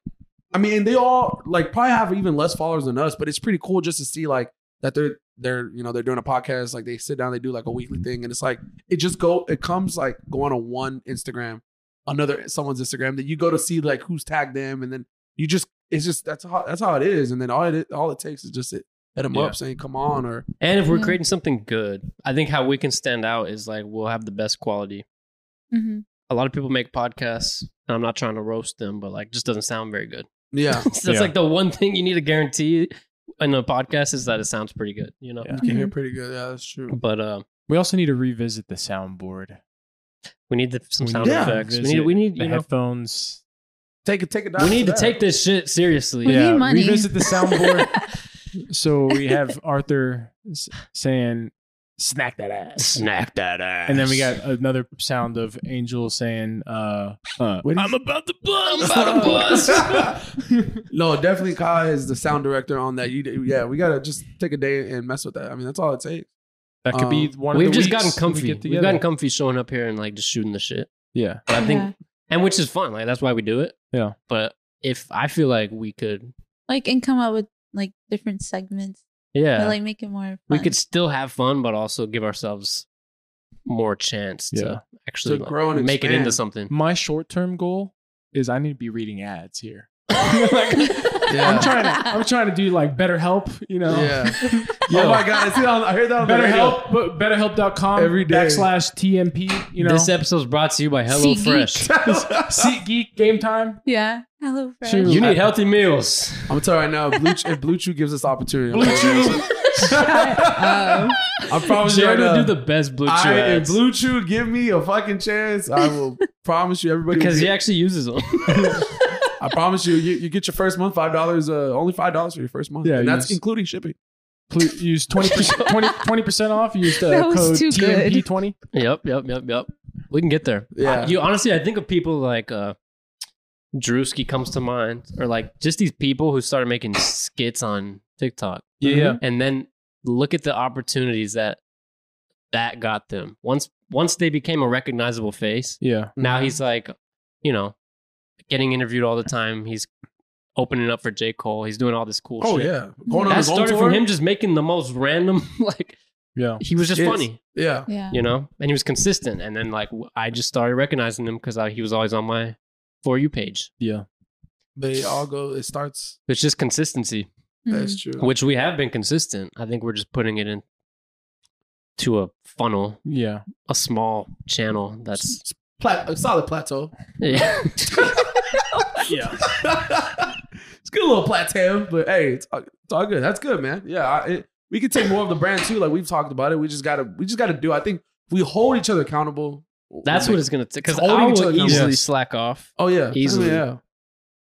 Speaker 1: I mean, and they all like probably have even less followers than us, but it's pretty cool just to see like that they're they're you know they're doing a podcast. Like they sit down, they do like a weekly thing, and it's like it just go it comes like going on one Instagram, another someone's Instagram that you go to see like who's tagged them, and then you just it's just that's how that's how it is, and then all it all it takes is just it hit them
Speaker 5: Yeah.
Speaker 1: up saying come on or
Speaker 2: and if we're
Speaker 4: Yeah.
Speaker 2: creating something good, I think how we can stand out is like we'll have the best quality.
Speaker 4: Mhm.
Speaker 2: A lot of people make podcasts, and I'm not trying to roast them, but like just doesn't sound very good.
Speaker 1: yeah
Speaker 2: So that's
Speaker 5: Yeah.
Speaker 2: like the one thing you need to guarantee in a podcast is that it sounds pretty good, you know.
Speaker 5: Yeah.
Speaker 1: you can hear pretty good yeah that's true
Speaker 2: But uh,
Speaker 5: We also need to revisit the soundboard.
Speaker 2: we need the, some
Speaker 5: We
Speaker 2: sound
Speaker 5: need
Speaker 1: Yeah.
Speaker 5: to
Speaker 2: effects. We
Speaker 5: revisit
Speaker 2: need we need
Speaker 5: the
Speaker 2: you know
Speaker 5: headphones.
Speaker 1: take it take it
Speaker 2: we need to take this shit seriously.
Speaker 4: We need money.
Speaker 5: revisit the soundboard. so we have Arthur s- saying, "Snack that ass."
Speaker 2: Snack that ass.
Speaker 5: And then we got another sound of Angel saying, uh, uh,
Speaker 1: What is-
Speaker 5: I'm about to bust.
Speaker 2: about to bust.
Speaker 1: no, definitely Kai is the sound director on that. You, yeah, we gotta just take a day and mess with that. I mean, that's all it takes.
Speaker 5: That could be
Speaker 1: Um,
Speaker 5: one of
Speaker 2: We've
Speaker 5: the
Speaker 2: just
Speaker 5: weeks
Speaker 2: gotten
Speaker 5: we
Speaker 2: comfy.
Speaker 5: get
Speaker 2: We
Speaker 5: together.
Speaker 2: have gotten comfy showing up here and like just shooting the shit.
Speaker 5: Yeah.
Speaker 2: But I think
Speaker 4: Yeah.
Speaker 2: and which is fun. Like that's why we do it.
Speaker 5: Yeah.
Speaker 2: But if I feel like we could
Speaker 4: Like and come up with like different segments.
Speaker 2: Yeah.
Speaker 4: But like make it more fun.
Speaker 2: we could still have fun but also give ourselves more chance
Speaker 5: Yeah.
Speaker 2: to actually
Speaker 1: To
Speaker 2: like,
Speaker 1: grow and
Speaker 2: make it into
Speaker 1: expand.
Speaker 2: something.
Speaker 5: My short term goal is I need to be reading ads here.
Speaker 1: Yeah.
Speaker 5: I'm trying to I'm trying to do like better help, you know.
Speaker 1: Yeah.
Speaker 5: Yo,
Speaker 1: Oh my god, I, see that on, I heard that on the
Speaker 5: better
Speaker 1: radio.
Speaker 5: help, but betterhelp.com
Speaker 1: Every day.
Speaker 5: backslash TMP, you know.
Speaker 2: This episode's brought to you by
Speaker 4: Sea Geek.
Speaker 2: HelloFresh.
Speaker 5: Seat Geek game time.
Speaker 4: Yeah. Hello Fresh.
Speaker 5: Shoot.
Speaker 2: You need healthy meals.
Speaker 1: I'm telling you right now, Blue, Chew- if Blue Chew gives us opportunity, I'm
Speaker 5: Blue
Speaker 1: gonna-
Speaker 5: Chew.
Speaker 1: I promise you, right
Speaker 2: Jared will
Speaker 1: now,
Speaker 2: do the best blue chew
Speaker 1: I, if
Speaker 2: ads
Speaker 1: Blue Chew give me a fucking chance, I will promise you everybody.
Speaker 2: because
Speaker 1: will
Speaker 2: he
Speaker 1: get-
Speaker 2: actually uses them.
Speaker 1: I promise you, you, you get your first month five dollars, uh, only five dollars for your first month,
Speaker 5: Yeah,
Speaker 1: and
Speaker 5: you
Speaker 1: that's
Speaker 5: just-
Speaker 1: including shipping.
Speaker 5: Please use 20% 20 percent off. Use the
Speaker 4: That was
Speaker 5: code
Speaker 4: too good.
Speaker 5: TMP20.
Speaker 2: yep, yep, yep, yep. We can get there.
Speaker 1: Yeah.
Speaker 2: You honestly, I think of people like uh Drewski comes to mind, or like just these people who started making skits on TikTok.
Speaker 5: Yeah, yeah.
Speaker 2: And then look at the opportunities that that got them. Once once they became a recognizable face,
Speaker 5: Yeah.
Speaker 2: now he's like, you know, getting interviewed all the time. He's opening up for J. Cole. He's doing all this cool
Speaker 1: Oh
Speaker 2: shit.
Speaker 1: yeah, going on
Speaker 2: That
Speaker 1: his own
Speaker 2: started
Speaker 1: tour.
Speaker 2: from him just making the most random, like
Speaker 5: Yeah.
Speaker 2: he was just
Speaker 1: Shits.
Speaker 2: funny
Speaker 1: Yeah,
Speaker 4: yeah.
Speaker 2: you know and he was consistent and then like w- i just started recognizing him because he was always on my for you page
Speaker 5: Yeah.
Speaker 1: but it all go. It starts.
Speaker 2: it's just consistency
Speaker 4: Mhm.
Speaker 1: That's true.
Speaker 2: which we have been consistent i think we're just putting it in to a funnel
Speaker 5: Yeah.
Speaker 2: a small channel that's
Speaker 1: S- plat- a solid plateau.
Speaker 2: yeah
Speaker 5: Yeah.
Speaker 1: it's good little plateau, but hey, it's, all- it's all good. That's good, man. Yeah, I, it, we could take more of the brand too. Like we've talked about it. We just gotta. We just gotta do. I think we hold each other accountable.
Speaker 2: that's what
Speaker 1: Like-
Speaker 2: it's gonna take because
Speaker 1: It's holding
Speaker 2: i
Speaker 1: each other
Speaker 2: will
Speaker 1: accountable.
Speaker 2: easily
Speaker 5: Yes.
Speaker 2: slack off
Speaker 1: Oh yeah,
Speaker 2: Easily.
Speaker 1: yeah.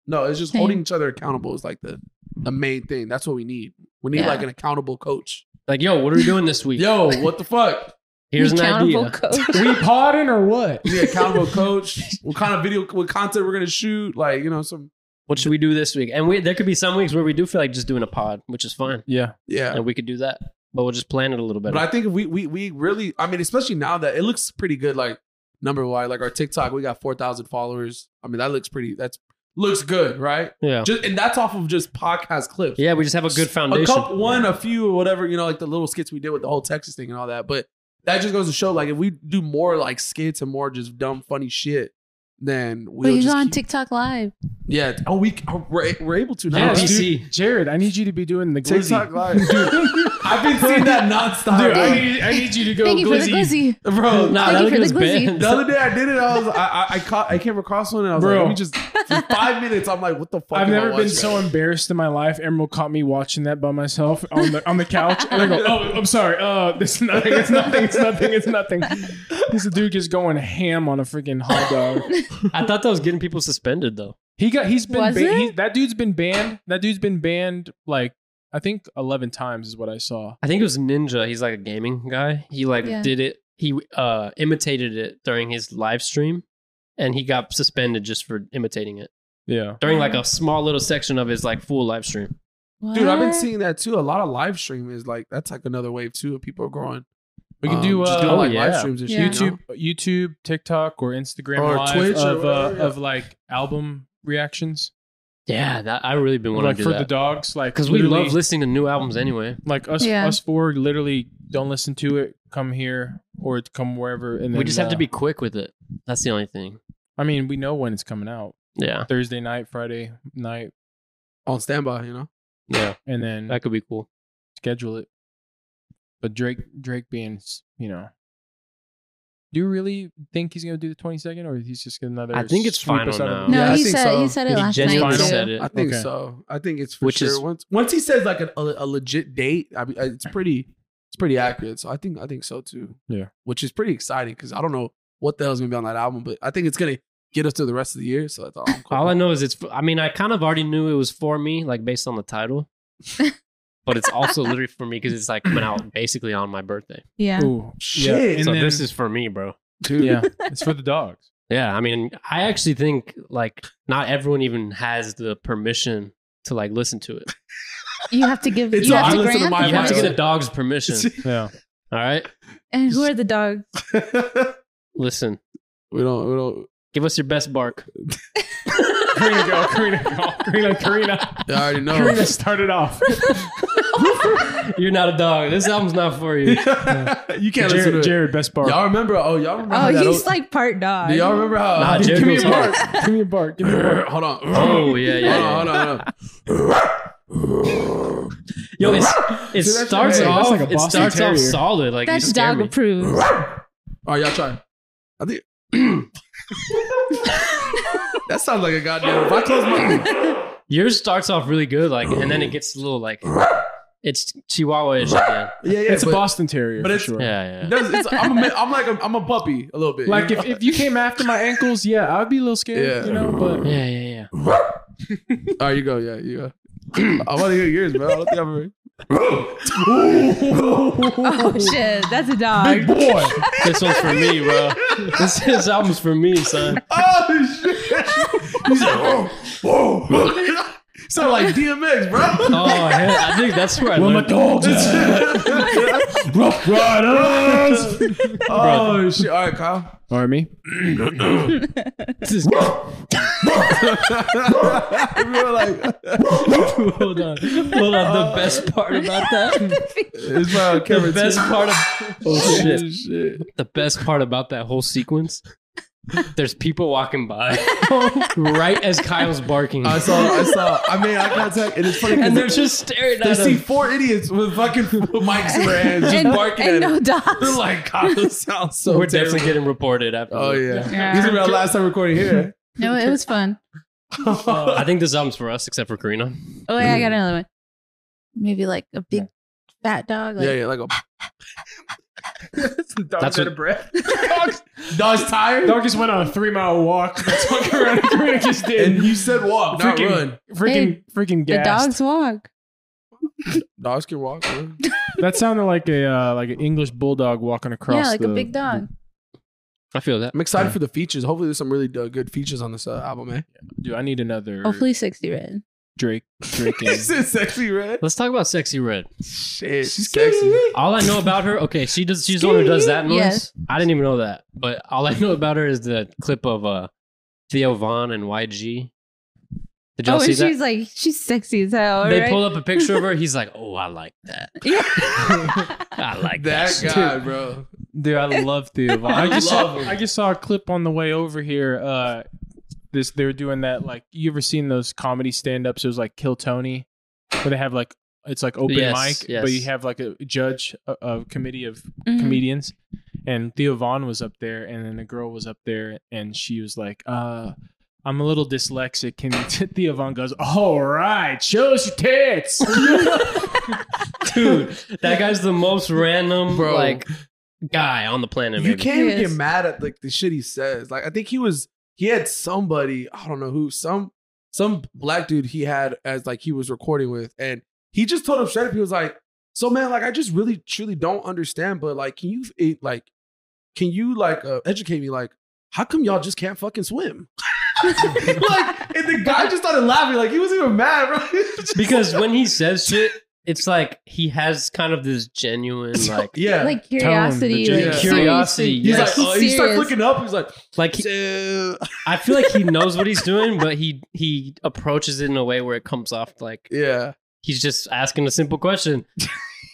Speaker 1: No, it's just
Speaker 4: Same.
Speaker 1: holding each other accountable is like the the main thing. That's what we need. We need
Speaker 4: Yeah.
Speaker 1: like an accountable coach.
Speaker 2: Like, yo, what are we doing this week?
Speaker 1: Yo, what the fuck?
Speaker 2: Here's an idea.
Speaker 4: coach.
Speaker 5: we podding or what?
Speaker 1: We need an accountable coach. What kind of video, what content we're gonna shoot? Like you know some.
Speaker 2: What should we do this week? And we there could be some weeks where we do feel like just doing a pod, which is fine,
Speaker 5: Yeah.
Speaker 1: Yeah,
Speaker 2: and we could do that. But we'll just plan it a little better.
Speaker 1: But I think if we we we really, I mean, especially now that it looks pretty good, like number wise, like our TikTok, we got four thousand followers. I mean, that looks pretty. That's looks good, right?
Speaker 2: yeah,
Speaker 1: Just and that's off of just podcast clips.
Speaker 2: yeah. We just have a good
Speaker 1: a
Speaker 2: foundation.
Speaker 1: couple, one, a few, or whatever. You know, like the little skits we did with the whole Texas thing and all that. But that just goes to show, like, if we do more like skits and more just dumb funny shit, then we'll
Speaker 4: we go
Speaker 1: just
Speaker 4: on
Speaker 1: keep-
Speaker 4: TikTok Live.
Speaker 1: Yeah. Oh, we we're, we're able to now.
Speaker 4: Oh,
Speaker 2: Yeah,
Speaker 1: dude.
Speaker 2: PC.
Speaker 5: Jared, I need you to be doing the glizzy.
Speaker 1: TikTok live. I've been seeing that nonstop,
Speaker 5: Dude, I
Speaker 1: bro.
Speaker 5: need, I need you to go
Speaker 4: Thank you for the
Speaker 5: glizzy.
Speaker 4: glizzy.
Speaker 1: bro.
Speaker 2: Nah,
Speaker 4: Oh, Thank
Speaker 2: that
Speaker 4: you for
Speaker 2: was
Speaker 4: the glizzy.
Speaker 2: bad.
Speaker 1: The other day I did it. I was I I, I, caught, I came across one and I was
Speaker 5: Bro.
Speaker 1: like, let me just for five minutes. I'm like, what the fuck?
Speaker 5: I've
Speaker 1: am I
Speaker 5: never been
Speaker 1: watching?
Speaker 5: so embarrassed in my life. Emerald caught me watching that by myself on the on the couch, and I go, "Oh, I'm sorry. Uh, this is nothing. It's nothing. It's nothing. It's nothing." This dude is going ham on a freaking hot dog.
Speaker 2: I thought that was getting people suspended though.
Speaker 5: He got. He's been.
Speaker 4: Was
Speaker 5: Ba-
Speaker 4: it?
Speaker 5: he- that dude's been banned. That dude's been banned like I think eleven times is what I saw.
Speaker 2: I think it was Ninja. He's like a gaming guy. He like
Speaker 4: Yeah.
Speaker 2: did it. He uh imitated it during his live stream, and he got suspended just for imitating it
Speaker 5: Yeah.
Speaker 2: during like a small little section of his like full live stream.
Speaker 1: Dude, I've been
Speaker 4: What?
Speaker 1: seeing that too. A lot of live stream is like that's like another wave too. of People growing.
Speaker 5: We can do,
Speaker 1: just
Speaker 5: uh,
Speaker 1: doing
Speaker 2: oh,
Speaker 1: like live
Speaker 2: yeah.
Speaker 1: streams and
Speaker 4: Yeah.
Speaker 1: shit. you know?
Speaker 5: YouTube, YouTube, TikTok, or Instagram
Speaker 1: Or
Speaker 5: live
Speaker 1: Twitch or
Speaker 5: of
Speaker 1: whatever,
Speaker 5: uh,
Speaker 1: yeah.
Speaker 5: of like album reactions,
Speaker 2: Yeah, that I really been wanting
Speaker 5: like
Speaker 2: to
Speaker 5: for
Speaker 2: do
Speaker 5: the
Speaker 2: that
Speaker 5: dogs, like
Speaker 2: because we
Speaker 5: literally-
Speaker 2: love listening to new
Speaker 4: Mm-hmm.
Speaker 2: albums anyway.
Speaker 5: like us
Speaker 4: Yeah.
Speaker 5: us four literally don't listen to it come here or it come wherever and then,
Speaker 2: We just have
Speaker 5: uh,
Speaker 2: to be quick with it. That's the only thing.
Speaker 5: i mean we know when it's coming out
Speaker 2: Yeah,
Speaker 5: thursday night friday night
Speaker 1: on standby. You know,
Speaker 2: yeah,
Speaker 5: and then
Speaker 2: that could be cool.
Speaker 5: schedule it but drake drake being s- you know do you really think he's gonna do the 22nd or he's just gonna another
Speaker 2: I think it's
Speaker 5: sweep
Speaker 2: final
Speaker 5: us out of-
Speaker 4: No,
Speaker 1: Yeah, I
Speaker 4: he
Speaker 1: think
Speaker 4: said
Speaker 1: so.
Speaker 4: he said it
Speaker 2: He
Speaker 4: last
Speaker 2: genuinely
Speaker 4: night.
Speaker 5: Final?
Speaker 2: said
Speaker 4: Too.
Speaker 2: it.
Speaker 1: I think
Speaker 5: Okay.
Speaker 1: so. I think it's for
Speaker 2: Which
Speaker 1: sure.
Speaker 2: is-
Speaker 1: once once he says like an, a, a legit date, I mean, uh, it's pretty it's pretty accurate. So I think I think so too.
Speaker 5: Yeah.
Speaker 1: which is pretty exciting because I don't know what the hell's gonna be on that album, but I think it's gonna get us to the rest of the year. So that's all. I'm cool.
Speaker 2: All I know is it's. I mean, I kind of already knew it was for me, like based on the title, but it's also literally for me because it's like coming out basically on my birthday.
Speaker 4: Yeah.
Speaker 5: Ooh, yeah.
Speaker 1: Shit.
Speaker 5: and
Speaker 2: so
Speaker 5: then,
Speaker 2: this is for me, bro.
Speaker 1: dude.
Speaker 5: yeah it's for the dogs
Speaker 2: Yeah, I mean, I actually think like not everyone even has the permission to like listen to it.
Speaker 4: You have to give.
Speaker 1: It's
Speaker 4: you
Speaker 1: a-
Speaker 4: have
Speaker 1: I
Speaker 4: to
Speaker 1: listen to
Speaker 4: grant.
Speaker 1: my-
Speaker 2: You have to
Speaker 1: my-
Speaker 2: get a dog's permission.
Speaker 5: yeah
Speaker 2: All right,
Speaker 4: and who are the dogs?
Speaker 2: listen,
Speaker 1: we don't. We don't.
Speaker 2: give us your best bark.
Speaker 5: karina go karina go karina karina
Speaker 1: I already know.
Speaker 5: karina started off
Speaker 4: Oh,
Speaker 2: You're not a dog. This album's not for you.
Speaker 1: you can't listen to
Speaker 5: jared,
Speaker 1: it.
Speaker 5: jared best bark
Speaker 1: Y'all remember? Oh, y'all remember?
Speaker 4: Oh,
Speaker 1: how that
Speaker 4: he's
Speaker 1: old-
Speaker 4: like part dog.
Speaker 1: Do y'all remember how?
Speaker 2: Nah, Jared
Speaker 1: give me a
Speaker 2: goes
Speaker 1: mark.
Speaker 5: Give me a bark. Give me a bark.
Speaker 1: Hold on.
Speaker 2: Oh yeah, yeah. yeah.
Speaker 1: Hold on, hold on.
Speaker 2: Yo, it's, it
Speaker 1: Dude, that's
Speaker 2: starts
Speaker 1: amazing.
Speaker 2: off.
Speaker 5: That's like a
Speaker 2: it
Speaker 5: Boston
Speaker 2: starts
Speaker 5: Terrier.
Speaker 2: off solid. Like you
Speaker 4: That's
Speaker 2: scare
Speaker 4: dog
Speaker 2: me.
Speaker 4: approved.
Speaker 1: All right, Oh, y'all try. I think that sounds like a goddamn. If I close my,
Speaker 2: Yours starts off really good, like, and then it gets a little like it's Chihuahua-ish again.
Speaker 1: yeah, yeah,
Speaker 5: it's
Speaker 1: but,
Speaker 5: a Boston Terrier,
Speaker 1: but
Speaker 5: for
Speaker 1: it's-
Speaker 5: sure.
Speaker 2: Yeah, yeah.
Speaker 1: That's, it's, I'm, a, mi- I'm like a, I'm a puppy a little bit.
Speaker 5: Like
Speaker 1: you
Speaker 5: if, if you came after my ankles, yeah, I'd be a little scared,
Speaker 1: Yeah.
Speaker 5: you know. But
Speaker 2: Yeah, yeah, yeah.
Speaker 1: know? All right, you go. Yeah, you go. I want to hear yours, bro. I don't think I've ever.
Speaker 4: Oh shit, that's a dog.
Speaker 5: boy,
Speaker 2: This one's for me, bro. This, this album's for me, son.
Speaker 1: Oh shit! He's like, oh, whoa, whoa. Sound like DMX, bro.
Speaker 2: Oh, hell, I think that's where I learned.
Speaker 5: dogs, rough riders.
Speaker 1: oh shit! All right, Kyle.
Speaker 5: Army.
Speaker 2: This is,
Speaker 1: we were like,
Speaker 2: hold on, hold on.
Speaker 1: Uh,
Speaker 2: The best part about that,
Speaker 1: it's my
Speaker 2: the
Speaker 1: camera
Speaker 2: best
Speaker 1: too.
Speaker 2: part of oh shit,
Speaker 1: shit.
Speaker 2: the best part about that whole sequence. There's people walking by right as Kyle's barking.
Speaker 1: I saw. I saw. I made eye contact, and it's funny. 'cause
Speaker 2: and they're just staring
Speaker 1: they
Speaker 2: at
Speaker 1: see
Speaker 2: him.
Speaker 1: four idiots with fucking mics in their hands, just
Speaker 4: and,
Speaker 1: barking
Speaker 4: and
Speaker 1: at
Speaker 4: no
Speaker 1: him. They're
Speaker 4: dogs.
Speaker 1: like, God, this sounds so.
Speaker 2: We're
Speaker 1: terrible."
Speaker 2: definitely getting reported after.
Speaker 1: Oh
Speaker 2: this.
Speaker 1: yeah.
Speaker 4: Yeah.
Speaker 1: These are our last time recording here. Oh.
Speaker 4: No, it was fun.
Speaker 2: Uh, I think this album's for us, except for Karina.
Speaker 4: Oh wait, I got another one. Maybe like a big fat dog. Like,
Speaker 1: yeah, yeah, like a
Speaker 3: dog out
Speaker 2: That's what-
Speaker 3: of breath.
Speaker 1: Dog's tired.
Speaker 3: Dog just went on a three mile walk. That's what Corona Corona just did.
Speaker 1: and you said walk, not
Speaker 3: Freaking-
Speaker 1: run.
Speaker 3: freaking, freaking
Speaker 4: The
Speaker 3: gassed.
Speaker 4: dogs walk.
Speaker 1: Dogs can walk. Run.
Speaker 3: That sounded like a uh, like an English bulldog walking across.
Speaker 4: yeah, like a
Speaker 3: the-
Speaker 4: big dog.
Speaker 2: I feel that.
Speaker 1: I'm excited for the features. Hopefully, there's some really uh, good features on this uh, album, man.
Speaker 3: Dude, I need another
Speaker 4: Hopefully, sixty red.
Speaker 3: Drake. Drake. and-
Speaker 1: it sexy red?
Speaker 2: Let's talk about Sexy Red.
Speaker 1: Shit, she's sexy.
Speaker 2: All I know about her, okay, she does. She's the one who does that noise.
Speaker 4: Yes.
Speaker 2: I didn't even know that, but all I know about her is the clip of uh, Theo Vaughn and YG. Did y'all
Speaker 4: Oh, and
Speaker 2: see
Speaker 4: she's
Speaker 2: that?
Speaker 4: like she's sexy as hell.
Speaker 2: they
Speaker 4: right?
Speaker 2: pull up a picture of her. He's like, "Oh, I like that.
Speaker 4: Yeah.
Speaker 2: I like that."
Speaker 1: That guy, bro.
Speaker 5: Dude, I love Theo Von. I just
Speaker 1: love
Speaker 5: saw,
Speaker 1: him.
Speaker 5: I just saw a clip on the way over here. Uh, this they were doing that like you ever seen those comedy stand ups? It was like Kill Tony, where they have like it's like open
Speaker 2: Yes,
Speaker 5: mic,
Speaker 2: yes.
Speaker 5: but you have like a judge, a, a committee of
Speaker 4: Mhm.
Speaker 5: comedians, and Theo Vaughn was up there, and then a girl was up there, and she was like, "Uh, I'm a little dyslexic." Can you Theo Vaughn goes, "All right, show us your tits."
Speaker 2: Dude, that guy's the most random
Speaker 1: Bro.
Speaker 2: like guy on the planet.
Speaker 1: You
Speaker 2: maybe.
Speaker 1: can't even
Speaker 4: Yes.
Speaker 1: get mad at like the shit he says. Like I think he was he had somebody, I don't know who, some some black dude he had as like he was recording with and he just told him straight up he was like, "So man, like I just really truly don't understand, but like can you it, like can you like uh, educate me like how come y'all just can't fucking swim?" like and the guy just started laughing like he was even mad, bro.
Speaker 2: because when he says shit, it's like he has kind of this genuine like
Speaker 1: yeah.
Speaker 4: like curiosity,
Speaker 5: Tone,
Speaker 4: like
Speaker 1: yeah.
Speaker 4: seriously.
Speaker 2: Curiosity,
Speaker 1: He's
Speaker 2: yes.
Speaker 1: like,
Speaker 4: He's
Speaker 1: oh, he starts
Speaker 4: serious.
Speaker 1: looking up. He's like,
Speaker 2: like he,
Speaker 1: "So-"
Speaker 2: I feel like he knows what he's doing, but he he approaches it in a way where it comes off like
Speaker 1: yeah,
Speaker 2: he's just asking a simple question.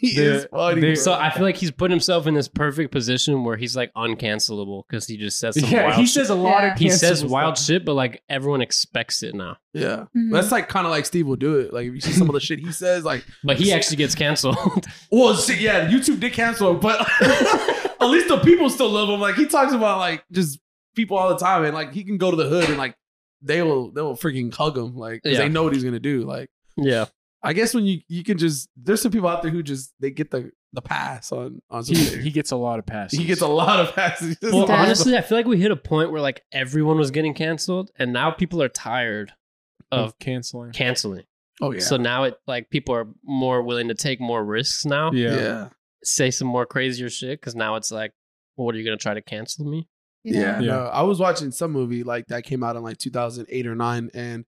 Speaker 1: he
Speaker 5: They're-
Speaker 1: is funny.
Speaker 5: they're-
Speaker 1: bro.
Speaker 2: So I feel like he's put himself in this perfect position where he's like uncancelable because he just says some
Speaker 5: yeah,
Speaker 2: wild
Speaker 5: he
Speaker 2: shit.
Speaker 5: says a lot
Speaker 4: Yeah.
Speaker 5: of
Speaker 2: he says
Speaker 5: cancelable
Speaker 2: wild
Speaker 5: stuff.
Speaker 2: shit, but like everyone expects it now.
Speaker 1: Yeah.
Speaker 4: Mhm.
Speaker 1: That's like kind of like Steve will do it. Like if you see some of the shit he says, like,
Speaker 2: But he actually gets canceled.
Speaker 1: well, shit, yeah, YouTube did cancel him, but at least the people still love him. Like he talks about like just people all the time, and like he can go to the hood and like they will they will freaking hug him, like 'cause
Speaker 2: Yeah.
Speaker 1: they know what he's gonna do. Like
Speaker 2: yeah.
Speaker 1: I guess when you you can just there's some people out there who just they get the the pass on on some
Speaker 5: He,
Speaker 1: shit.
Speaker 5: he gets a lot of passes.
Speaker 1: He gets a lot of passes.
Speaker 2: Well,
Speaker 4: Yeah.
Speaker 2: honestly, I feel like we hit a point where like everyone was getting canceled, and now people are tired of
Speaker 5: of canceling.
Speaker 2: canceling.
Speaker 1: oh yeah,
Speaker 2: So now it like people are more willing to take more risks now,
Speaker 1: yeah.
Speaker 5: yeah.
Speaker 2: say some more crazier shit, because now it's like, well, what are you gonna try to cancel me?
Speaker 1: Yeah,
Speaker 5: Yeah.
Speaker 1: no, I was watching some movie like that came out in like 2008 or 9 and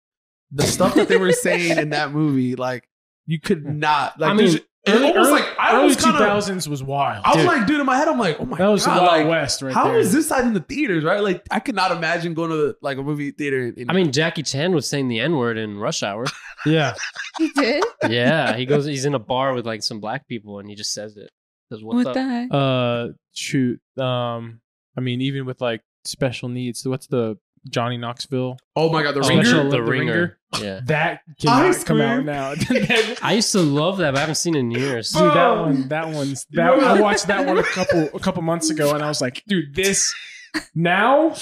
Speaker 1: the stuff that they were saying in that movie like you could not like
Speaker 5: I mean,
Speaker 1: there's- it
Speaker 5: early,
Speaker 1: almost
Speaker 5: early-
Speaker 1: like I
Speaker 5: early
Speaker 1: was kind of
Speaker 5: 2000s was wild.
Speaker 1: I was
Speaker 5: Dude,
Speaker 1: like dude in my head I'm like oh my
Speaker 5: that was
Speaker 1: god
Speaker 5: the Wild
Speaker 1: like,
Speaker 5: West right
Speaker 1: how
Speaker 5: there.
Speaker 1: is this not in the theaters right like I could not imagine going to the, like a movie theater and,
Speaker 2: I mean, Jackie Chan was saying the N word in Rush Hour.
Speaker 5: Yeah.
Speaker 4: He did.
Speaker 2: yeah, he goes, he's in a bar with like some black people, and he just says it. Says, What's
Speaker 4: What
Speaker 2: up?
Speaker 4: the heck?
Speaker 5: Uh, shoot. Um, I mean, even with like special needs, what's the Johnny Knoxville?
Speaker 1: oh my god the
Speaker 5: Oh,
Speaker 1: ringer
Speaker 5: Special-
Speaker 2: the
Speaker 5: the
Speaker 2: ringer.
Speaker 5: Ringer?
Speaker 2: Yeah,
Speaker 5: That
Speaker 1: I
Speaker 5: cannot come out
Speaker 1: scream.
Speaker 5: now. Dude,
Speaker 2: I used to love that, but I haven't seen it in years.
Speaker 1: Bro.
Speaker 5: that one. That one's. That one, I watched that one a couple a couple months ago, and I was like, dude, this now